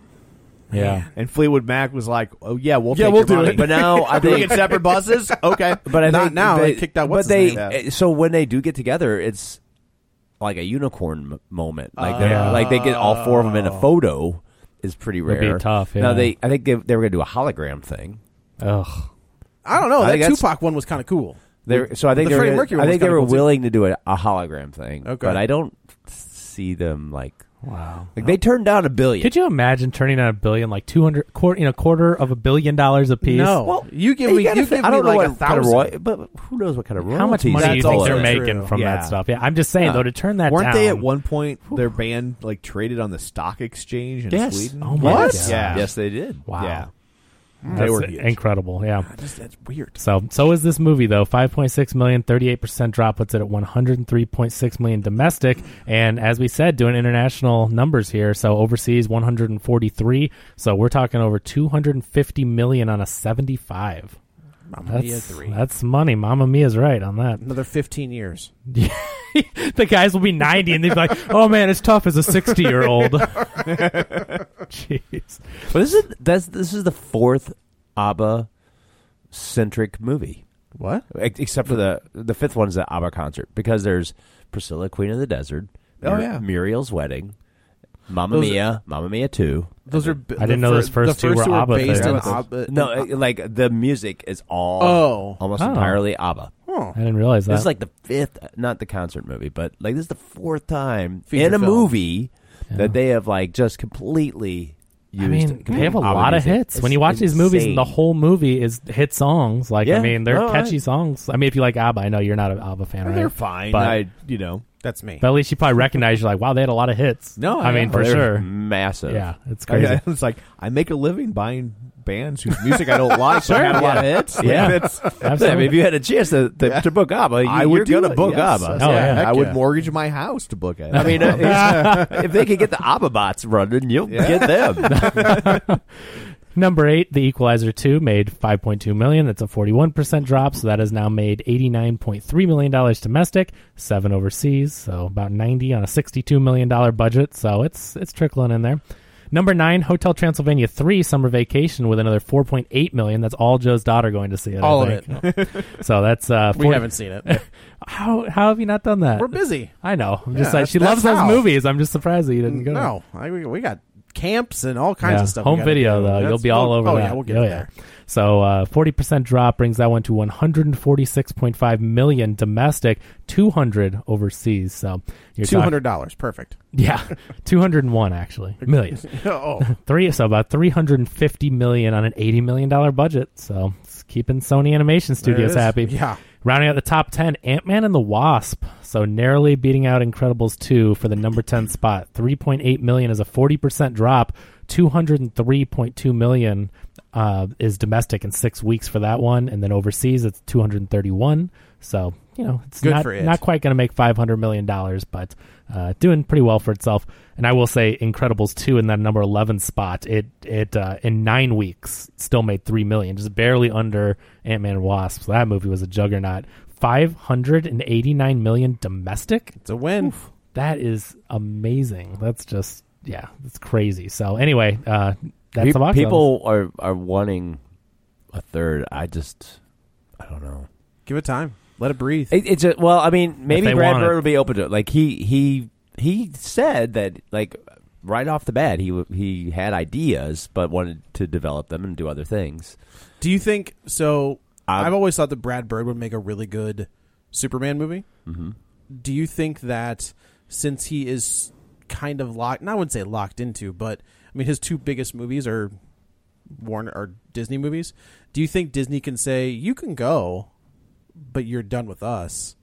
S9: Yeah.
S11: And Fleetwood Mac was like, "Oh yeah, we'll
S7: Yeah,
S11: take
S7: we'll
S11: your
S7: do
S11: money.
S7: it.
S6: But now I
S11: We're doing
S6: think
S11: it separate buses. Okay,
S6: But I
S7: Not
S6: think
S7: now,
S6: They,
S7: they kicked out
S6: But
S7: what's
S6: they
S7: his name.
S6: eh, so when they do get together, it's like a unicorn m- moment. Like they're
S9: Yeah.
S6: like they get all four of them in a photo is pretty
S9: Would
S6: rare.
S9: be tough, yeah.
S6: Now they I think they, they were going to do a hologram thing.
S9: Ugh.
S7: I don't know.
S6: I
S7: That
S6: think that's-
S7: Tupac one was kind of cool.
S6: They're, so I think they
S7: The
S6: were,
S7: Freddie
S6: gonna-
S7: Mercury
S6: I
S7: one was
S6: think they
S7: kinda
S6: were
S7: cool, too.
S6: willing to do a, a hologram thing.
S7: Okay.
S6: but I don't see them like
S9: Wow.
S6: like they turned down a billion.
S9: Could you imagine turning out a billion, like two hundred, quarter, you know, quarter of a billion dollars a piece?
S6: Oh.
S7: No. you give
S6: they
S7: me-
S6: gotta
S7: you
S6: fi-
S7: give
S6: I
S7: me
S6: don't know
S7: like
S6: what
S7: a
S6: kind of
S7: thousand.
S6: roy- but but who knows what kind of royalties?
S9: How much money do you
S7: That's
S9: think
S7: also
S9: they're
S7: true.
S9: making from
S11: Yeah.
S9: that stuff? Yeah, I'm just saying though, to turn that
S11: weren't
S9: down.
S11: they at one point their band like traded on the stock exchange in
S6: Yes.
S11: Sweden?
S9: Oh my What?
S6: Yes.
S9: God.
S11: Yeah.
S6: Yes, they did.
S9: Wow.
S11: Yeah.
S9: That's
S11: were huge.
S9: incredible. Yeah.
S7: That's, that's weird.
S9: So so is this movie though. 5.6 million, 38% drop puts it at 103.6 million domestic and as we said doing international numbers here. So overseas 143. So we're talking over 250 million on a 75.
S7: Mamma Mia
S9: That's
S7: three.
S9: that's money. Mamma Mia's right on that.
S7: Another fifteen years.
S9: the guys will be 90 and they'll be like, "Oh man, it's tough as a 60-year-old." Jeez.
S6: But this is that's this is the fourth ABBA centric movie,
S7: What?
S6: Ex- except for the the fifth one's the ABBA concert because there's Priscilla, Queen of the Desert,
S11: Oh,
S6: Mur-
S11: yeah.
S6: Muriel's Wedding, Mamma
S7: Those-
S6: Mia, Mamma Mia Two.
S7: Those are. b-
S9: I didn't
S7: the
S9: know
S7: fir-
S9: those first
S7: the
S9: two were ABBA
S7: based
S9: things.
S7: in
S9: Yeah.
S7: ABBA.
S6: No,
S11: Uh,
S6: it- like the music is all
S7: Oh.
S6: almost
S9: Oh.
S6: entirely ABBA.
S9: I didn't realize that.
S6: This is like the fifth, not the concert movie, but like this is the fourth time
S7: Feature
S6: in a
S7: film.
S6: movie that they have like just completely used.
S9: I mean, they have a
S6: ABBA
S9: lot of
S6: music.
S9: hits.
S6: It's
S9: when you watch these movies,
S6: insane.
S9: the whole movie is hit songs. Like, I
S6: Yeah.
S9: mean, they're
S6: No,
S9: catchy
S6: I-
S9: songs. I mean, if you like ABBA, I know you're not an ABBA fan, right?
S11: They're fine.
S9: But,
S11: I, you know,
S7: That's me.
S9: but at least you probably recognize you're like, wow, they had a lot of hits.
S11: No,
S9: I,
S11: I
S9: mean,
S11: know.
S9: for
S6: They're
S9: sure.
S6: massive.
S9: Yeah, it's
S11: I-
S9: crazy.
S11: it's like I make a living buying bands whose music I don't like. so I have a lot of hits.
S9: Yeah.
S11: That's-
S9: Absolutely.
S6: I mean, if you had a chance to, to, to book ABBA, you,
S11: I would
S6: you're
S11: do
S6: gonna
S11: it,
S6: book
S11: yes.
S6: ABBA.
S9: Oh, yeah.
S11: I would
S7: yeah.
S11: mortgage my house to book it.
S6: I mean, uh, if they could get the ABBA bots running, you'll get them.
S9: Number eight, The Equalizer 2 made 5.2 million. That's a 41% drop. So that has now made $89.3 million domestic, seven overseas. So about 90 on a $62 million budget. So it's, it's trickling in there. Number nine, Hotel Transylvania 3 Summer Vacation with another 4.8 million. That's all Joe's daughter going to see it. I
S7: All of
S9: think. so that's, uh,
S7: We
S9: 40
S7: haven't seen it.
S9: How, how have you not done that?
S7: We're busy.
S9: I know. I'm just
S7: Yeah,
S9: like, she
S7: that's-
S9: loves
S7: that's
S9: those
S7: how.
S9: movies. I'm just surprised that you didn't go.
S7: No, I, we, we got camps and all kinds
S9: Yeah.
S7: of stuff. we
S9: Home
S7: gotta
S9: video
S7: do.
S9: though,
S7: That's-
S9: you'll be all
S7: oh,
S9: over
S7: Oh
S9: that.
S7: yeah, we'll get
S9: Oh,
S7: it
S9: yeah.
S7: there.
S9: So uh, forty percent drop brings that one to one hundred and forty six point five million domestic, two hundred overseas. So you're
S7: Two
S9: talking-
S7: hundred dollars, perfect.
S9: yeah, two hundred and one actually million.
S7: oh,
S9: Three, so about three hundred and fifty million on an eighty million dollar budget. So it's keeping Sony Animation
S7: There it
S9: Studios
S7: is.
S9: happy.
S7: Yeah.
S9: Rounding out the top ten, Ant Man and the Wasp. So narrowly beating out Incredibles two for the number ten spot. Three point eight million is a forty percent drop. Two hundred and three point two million uh, is domestic in six weeks for that one, and then overseas it's two hundred and thirty one. So you know it's
S7: Good
S9: not
S7: for it.
S9: not quite going to make five hundred million dollars, but uh, doing pretty well for itself. And I will say, Incredibles two in that number eleven spot. It it uh, in nine weeks still made three million, just barely under Ant Man and Wasp. So that movie was a juggernaut. Five hundred and eighty nine million domestic.
S7: It's a win.
S9: That is amazing. That's just yeah, that's crazy. So anyway, uh, that's
S6: Pe-
S9: the box
S6: people are are wanting a third. I just I don't know.
S7: Give it time. Let it breathe.
S6: It, it's a, well, I mean, maybe
S9: they
S6: Brad
S9: want it.
S6: Bird will be open to it. Like he he he said that like right off the bat he w- he had ideas but wanted to develop them and do other things.
S7: Do you think so?
S6: I-
S7: I've always thought that Brad Bird would make a really good Superman movie. Do you think that since he is kind of locked, and I wouldn't say locked into, but I mean his two biggest movies are Warner or Disney movies. Do you think Disney can say you can go, but you're done with us?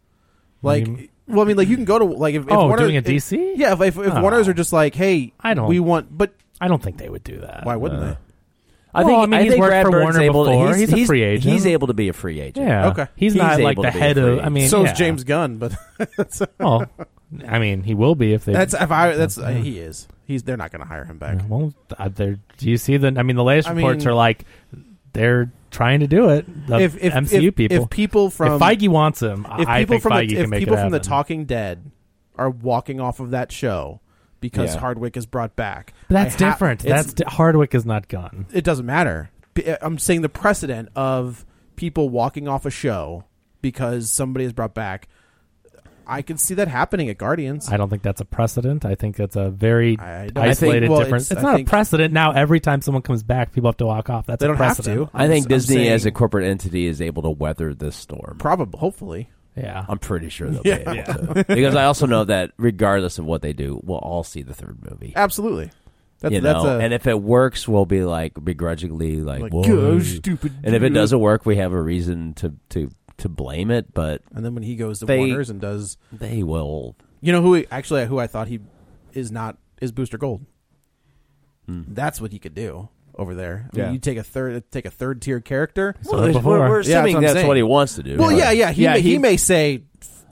S7: Like,
S9: mean-
S7: well, I mean, like you can go to like if, if
S9: Oh,
S7: Warner,
S9: doing a
S7: if-
S9: DC?
S7: yeah. If if, if
S9: Oh.
S7: Warner's are just like, hey,
S9: I don't-
S7: we want, but
S9: I don't think they would do that.
S7: why wouldn't they?
S6: Uh, I
S9: Well,
S6: think
S9: I mean, he's
S6: think
S9: worked
S6: Brad
S9: for
S6: Bird's
S9: Warner
S6: able to-
S9: before.
S6: He's,
S9: He's a free agent.
S6: He's able to be a free agent.
S9: Yeah.
S7: Okay.
S9: He's,
S6: He's
S9: not like
S6: able
S9: the
S6: to be
S9: head
S6: free.
S9: of. I mean,
S7: so
S9: yeah.
S7: is James Gunn, but
S9: Well, I mean, he will be if they.
S7: That's if I. That's uh, he is. He's. They're not going to hire him back.
S9: well. uh, They're, do you see the? I mean, the latest
S7: I
S9: reports
S7: mean-
S9: are like they're trying to do it. The
S7: If if
S9: MCU
S7: if,
S9: people,
S7: if people from
S9: if Feige wants him,
S7: if
S9: I
S7: people
S9: think
S7: from
S9: Feige
S7: the,
S9: can
S7: if
S9: make
S7: people
S9: it
S7: from the
S9: happen.
S7: Talking Dead are walking off of that show because
S6: Yeah.
S7: Hardwick is brought back,
S9: But that's
S7: I ha-
S9: different.
S7: it's-
S9: That's di- Hardwick is not gone.
S7: it. Doesn't matter. P- eh, I'm saying the precedent of people walking off a show because somebody is brought back. I can see that happening at Guardians.
S9: I don't think that's a precedent. I think that's a very
S7: I don't- I think-
S9: isolated
S7: well,
S9: difference. It's,
S7: it's- I
S9: not a
S7: think-
S9: precedent. Now every time someone comes back, people have to walk off. That's
S7: they
S9: a
S7: don't have to.
S9: precedent.
S6: I think
S7: I'm
S6: Disney
S7: saying
S6: as a corporate entity is able to weather this storm.
S7: probably hopefully.
S9: Yeah,
S6: I'm pretty sure they'll
S7: Yeah.
S6: be able to. Because I also know that regardless of what they do, we'll all see the third movie.
S7: Absolutely. That's,
S6: you
S7: that's
S6: know,
S7: a,
S6: and if it works, we'll be like begrudgingly like,
S7: Like,
S6: "Whoa."
S7: "Go, stupid
S6: And if it
S7: dude."
S6: doesn't work, we have a reason to to to blame it, but
S7: and then when he goes to
S6: They-
S7: Warner's and does
S6: they will.
S7: You know who he, actually who I thought he is not is Booster Gold. That's what he could do over there. I mean,
S12: Yeah.
S7: you take a third take a third tier character.
S9: Well, it before.
S6: we're, we're
S7: that's
S9: Yeah,
S6: assuming
S7: what I'm
S6: that's,
S7: saying.
S6: what he wants to do.
S7: Well,
S6: but-
S7: yeah, yeah. He
S12: Yeah,
S7: may, he,
S12: he-
S7: may say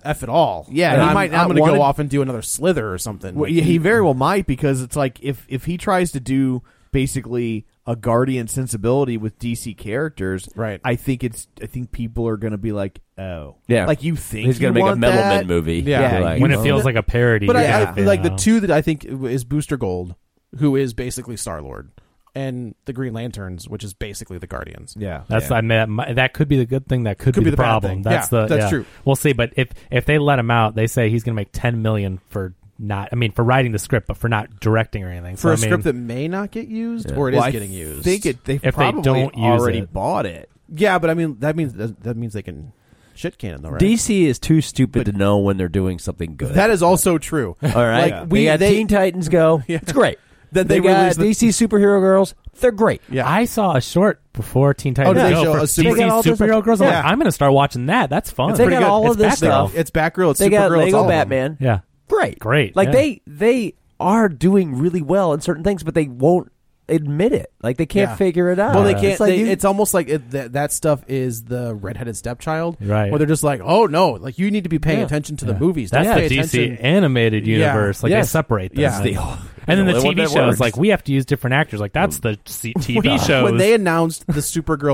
S7: f it all.
S12: Yeah,
S7: and
S12: he
S7: I'm,
S12: might not
S7: I'm gonna
S12: want
S7: go
S12: it.
S7: off and do another Slither or something.
S12: Well, yeah, he very well might because it's like if if he tries to do basically a guardian sensibility with DC characters,
S7: Right.
S12: I think it's I think people are going to be like, oh,
S6: Yeah.
S12: like you think
S6: He's
S12: going
S6: gonna
S12: to
S6: make a Metalman movie.
S7: Yeah.
S6: You're like,
S9: when
S6: "Oh."
S9: it feels like a parody.
S7: but
S9: yeah,
S7: I, I
S9: you
S7: like the
S9: know.
S7: two that I think is Booster Gold, who is basically Star Lord, and the Green Lanterns, which is basically the Guardians.
S12: Yeah,
S9: That's I mean, that mi- that could be the good thing. That could, be,
S7: bad
S9: the, problem.
S7: thing.
S9: That's
S7: Yeah,
S9: the
S7: that's
S9: yeah.
S7: true.
S9: We'll see. But if if they let him out, they say he's going to make ten million for not. I mean, for writing the script, but for not directing or anything.
S7: For
S9: so,
S7: a
S9: I mean,
S7: script that may not get used, or it is
S12: Well, I
S7: getting used.
S12: think it. They
S9: they
S12: probably
S9: don't use
S12: already
S9: it.
S12: bought it.
S7: Yeah, but I mean that means that, that means they can shit can it though, right?
S6: DC is too stupid to know when they're doing something good.
S7: That is also true.
S6: all right.
S7: Like we
S6: they got
S7: they
S6: Teen Titans Go. It's great.
S7: Then
S6: they,
S7: they
S6: got
S7: released the-
S6: DC superhero girls. They're great.
S7: Yeah. Oh,
S9: I saw a short before Teen Titans
S7: did they
S9: Go
S7: show
S9: for
S7: a super-
S6: They got all
S9: DC
S6: this
S9: superhero
S6: stuff?
S9: girls. I'm like,
S7: Yeah.
S9: I'm going to start watching that. That's fun.
S6: They got all
S7: It's
S6: of this
S7: Batgirl.
S6: stuff.
S7: It's Batgirl. It's
S6: they got
S7: Supergirl. it's
S6: Lego
S7: all of them.
S6: Batman.
S9: yeah,
S6: Great.
S9: Great,
S6: Like
S9: yeah.
S6: they they are doing really well in certain things, but they won't admit it. Like they can't
S7: Yeah.
S6: figure it out.
S7: Well, they
S6: It's
S7: can't. It's,
S6: like you-
S7: it's almost like it, that, that stuff is the redheaded stepchild,
S9: Right.
S7: Where they're just like, oh no, like you need to be paying
S6: Yeah.
S7: attention to
S9: Yeah.
S7: the movies.
S9: That's
S7: Don't pay
S9: the
S7: attention.
S9: DC animated
S7: Yeah.
S9: universe. Like
S6: Yes.
S9: they separate those.
S7: Yeah.
S9: things.
S6: It's the-
S9: and then the
S6: the only one
S9: TV
S6: that
S9: shows.
S6: works.
S9: Like we have to use different actors. Like that's the C- TV shows.
S7: Mm. When they announced the Supergirl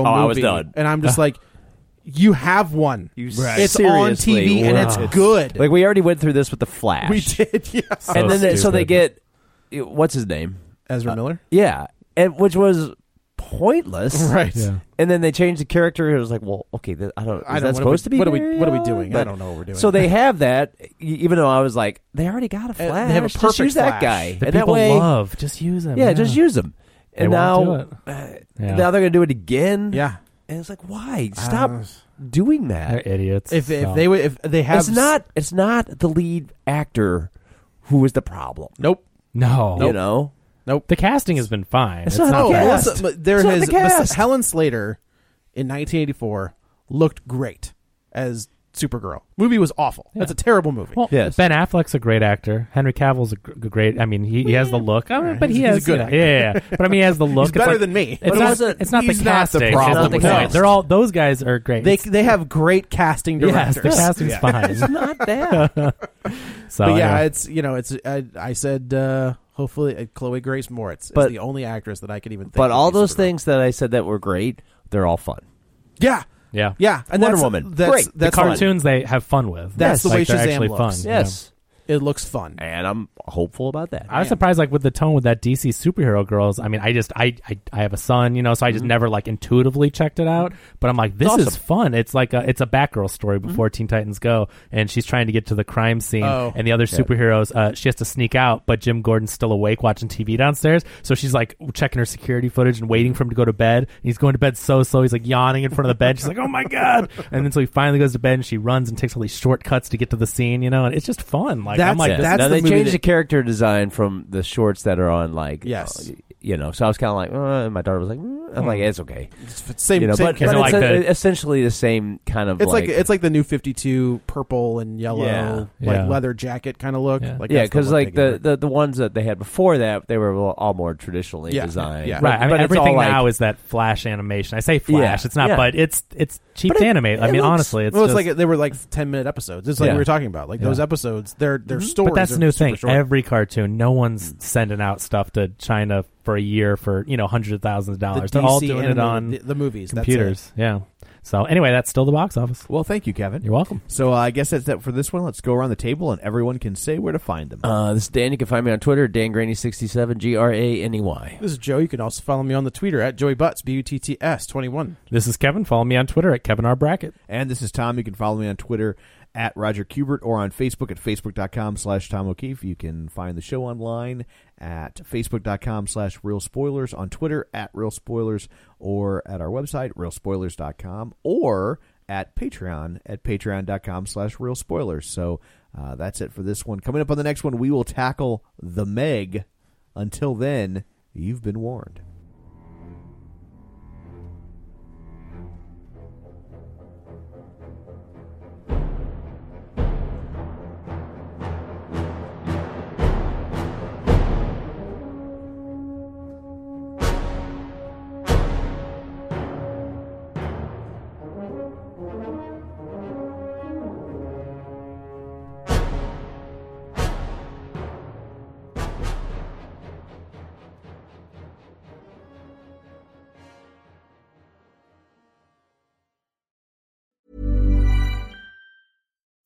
S6: Oh,
S7: movie,
S6: I was done.
S7: and I'm just like, you have one.
S6: You
S7: It's on TV
S6: seriously
S7: and
S6: were-
S7: it's good.
S6: Like we already went through this with the Flash.
S7: we did, yeah.
S6: and then they, so
S9: stupid.
S6: they get what's his name?
S7: Ezra Miller.
S6: Yeah, and which was pointless,
S7: Right. Yeah.
S6: And then they changed the character. It was like, well, okay, th- I don't. Is that
S7: I don't- what are we-
S6: supposed to be?
S7: what are we-
S6: Barry
S7: what are we
S6: Allen?
S7: doing? I don't know what we're doing.
S6: So they have that, e- even though I was like, they already got a
S7: they
S6: Flash.
S7: have a perfect
S6: just use
S7: Flash.
S6: that guy.
S9: The
S6: and that
S9: people
S6: way,
S9: love. Just use them.
S6: Yeah, just use them.
S9: They
S6: And now,
S9: won't do
S6: uh,
S9: it. Yeah.
S6: now they're gonna do it again.
S7: Yeah. Um, Uh,
S6: And it's like, why stop doing that?
S9: They're idiots.
S7: If if
S9: No.
S7: they would if they have
S6: it's not it's not the lead actor who is the problem.
S7: nope
S9: no,
S6: You know?
S7: nope
S9: the casting has been fine.
S6: It's
S9: It's,
S6: not
S9: not,
S7: no
S6: the
S9: bad.
S6: cast.
S7: Oh, Melissa- but there
S6: It's not
S7: has
S6: the cast.
S7: Mel- Helen Slater in 1984 looked great as Supergirl. Movie was awful. That's a terrible movie.
S9: Well,
S6: Yes.
S9: Ben Affleck's a great actor. Henry Cavill's a gr- great. I mean, he, he has the look. I mean, but he
S7: he's a
S9: has
S7: good
S9: yeah,
S7: actor.
S9: Yeah, yeah. But I mean, he has the look. It's
S7: better
S9: like-
S7: than me. But
S9: It's
S7: it
S9: not.
S6: wasn't-
S9: It's not the
S7: he's not the
S9: casting. It's
S7: problem.
S9: not the
S6: Not the
S9: point.
S6: cast.
S9: They're all those guys are great.
S7: they
S9: It's-
S7: they have great casting
S9: yes,
S7: directors.
S9: the casting's fine.
S6: Not that.
S9: So
S7: But yeah,
S9: yeah,
S7: it's you know it's I, I said uh, hopefully uh, Chloe Grace Moritz
S6: But-
S7: is the only actress that I could even. think
S6: but
S7: would
S6: all
S7: be
S6: those
S7: Supergirl.
S6: things that I said that were great, they're all fun.
S7: yeah,
S9: yeah.
S7: yeah, and
S6: Wonder
S7: that's,
S6: Woman.
S7: That's,
S6: Great. The
S7: That's
S9: the
S7: fun.
S9: cartoons they have fun with.
S7: That's the
S9: Like,
S7: way
S9: they're
S7: Shazam
S9: actually
S7: looks.
S9: fun.
S6: Yes.
S7: It looks fun.
S6: And I'm hopeful about that.
S9: I was surprised, like with the tone with that DC superhero girls. I mean, I just I I, I have a son, you know, so I just never like intuitively checked it out. But I'm like, this is
S6: awesome.
S9: fun. It's like a it's a Batgirl story before Teen Titans Go, and she's trying to get to the crime scene,
S7: Oh.
S9: and the other superheroes. Uh, she has to sneak out, but Jim Gordon's still awake watching TV downstairs. So she's like checking her security footage and waiting for him to go to bed. And he's going to bed so slow. He's like yawning in front of the bed. She's like, oh my god! And then so he finally goes to bed, and she runs and takes all these shortcuts to get to the scene, you know. And it's just fun. Like
S7: That's-
S9: I'm like,
S6: Yeah.
S9: this
S7: that's
S6: now
S7: the
S6: they
S7: movie
S6: changed
S7: that-
S6: the character design from the shorts that are on like
S7: Yes. Hmm.
S6: uh, you know. So I was kind of like, uh, and my daughter was like, uh, I'm like, it's okay.
S7: Same,
S6: you know,
S7: same
S6: but,
S7: character.
S6: but
S9: Is it
S6: it's
S9: like
S6: a-
S9: the-
S6: essentially the same kind of
S7: It's like, it's like the new Fifty Two purple and yellow
S6: Yeah.
S7: like
S9: Yeah.
S7: leather jacket kind of look.
S9: Yeah.
S7: Like
S6: yeah,
S7: that's the
S6: because
S7: look
S6: like
S7: they gave
S6: the,
S7: her.
S6: the, the ones that they had before that, they were all more traditionally
S7: Yeah,
S6: designed.
S7: yeah.
S6: But-
S9: Right. I mean,
S6: but it's all,
S9: everything
S6: like-
S9: now is that flash animation. I say flash.
S6: Yeah,
S9: it's not,
S6: yeah.
S9: but it's it's cheap
S6: But
S9: to
S6: it-
S9: animate. I
S6: it
S9: mean,
S6: looks-
S9: honestly, it's
S7: well, it's
S9: just,
S7: like they were like ten minute episodes. It's like
S6: Yeah.
S7: we were talking about. Like those
S9: Yeah.
S7: episodes, their their stories.
S9: Mhm. Mm-hmm. but that's
S7: are
S9: the new
S7: super
S9: thing.
S7: short. Mm.
S9: Every cartoon, no one's sending out stuff to China for a year for you know hundreds of thousands of
S7: the
S9: dollars. They're all
S7: DC
S9: doing it
S7: animated-
S9: on
S7: the, the movies, that's it.
S9: computers. Yeah. So anyway, that's still the box office.
S13: Well, thank you, Kevin.
S9: You're welcome.
S13: So uh, I guess that's it for this one. Let's go around the table and everyone can say where to find them.
S6: Uh, this is Dan. You can find me on Twitter, DanGraney67, G R A N E Y.
S7: This is Joe. You can also follow me on the Twitter at Joey Butts B U T T S twenty one.
S9: This is Kevin. Follow me on Twitter at Kevin R Brackett.
S13: and this is Tom. You can follow me on Twitter at Roger Kubert or on Facebook at facebook.com slash Tom O'Keefe. You can find the show online at facebook.com slash Real Spoilers, on Twitter at Real Spoilers, or at our website, realspoilers.com, or at Patreon at patreon.com slash Real Spoilers. So uh, that's it for this one. Coming up on the next one, we will tackle The Meg. Until then, you've been warned.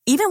S14: even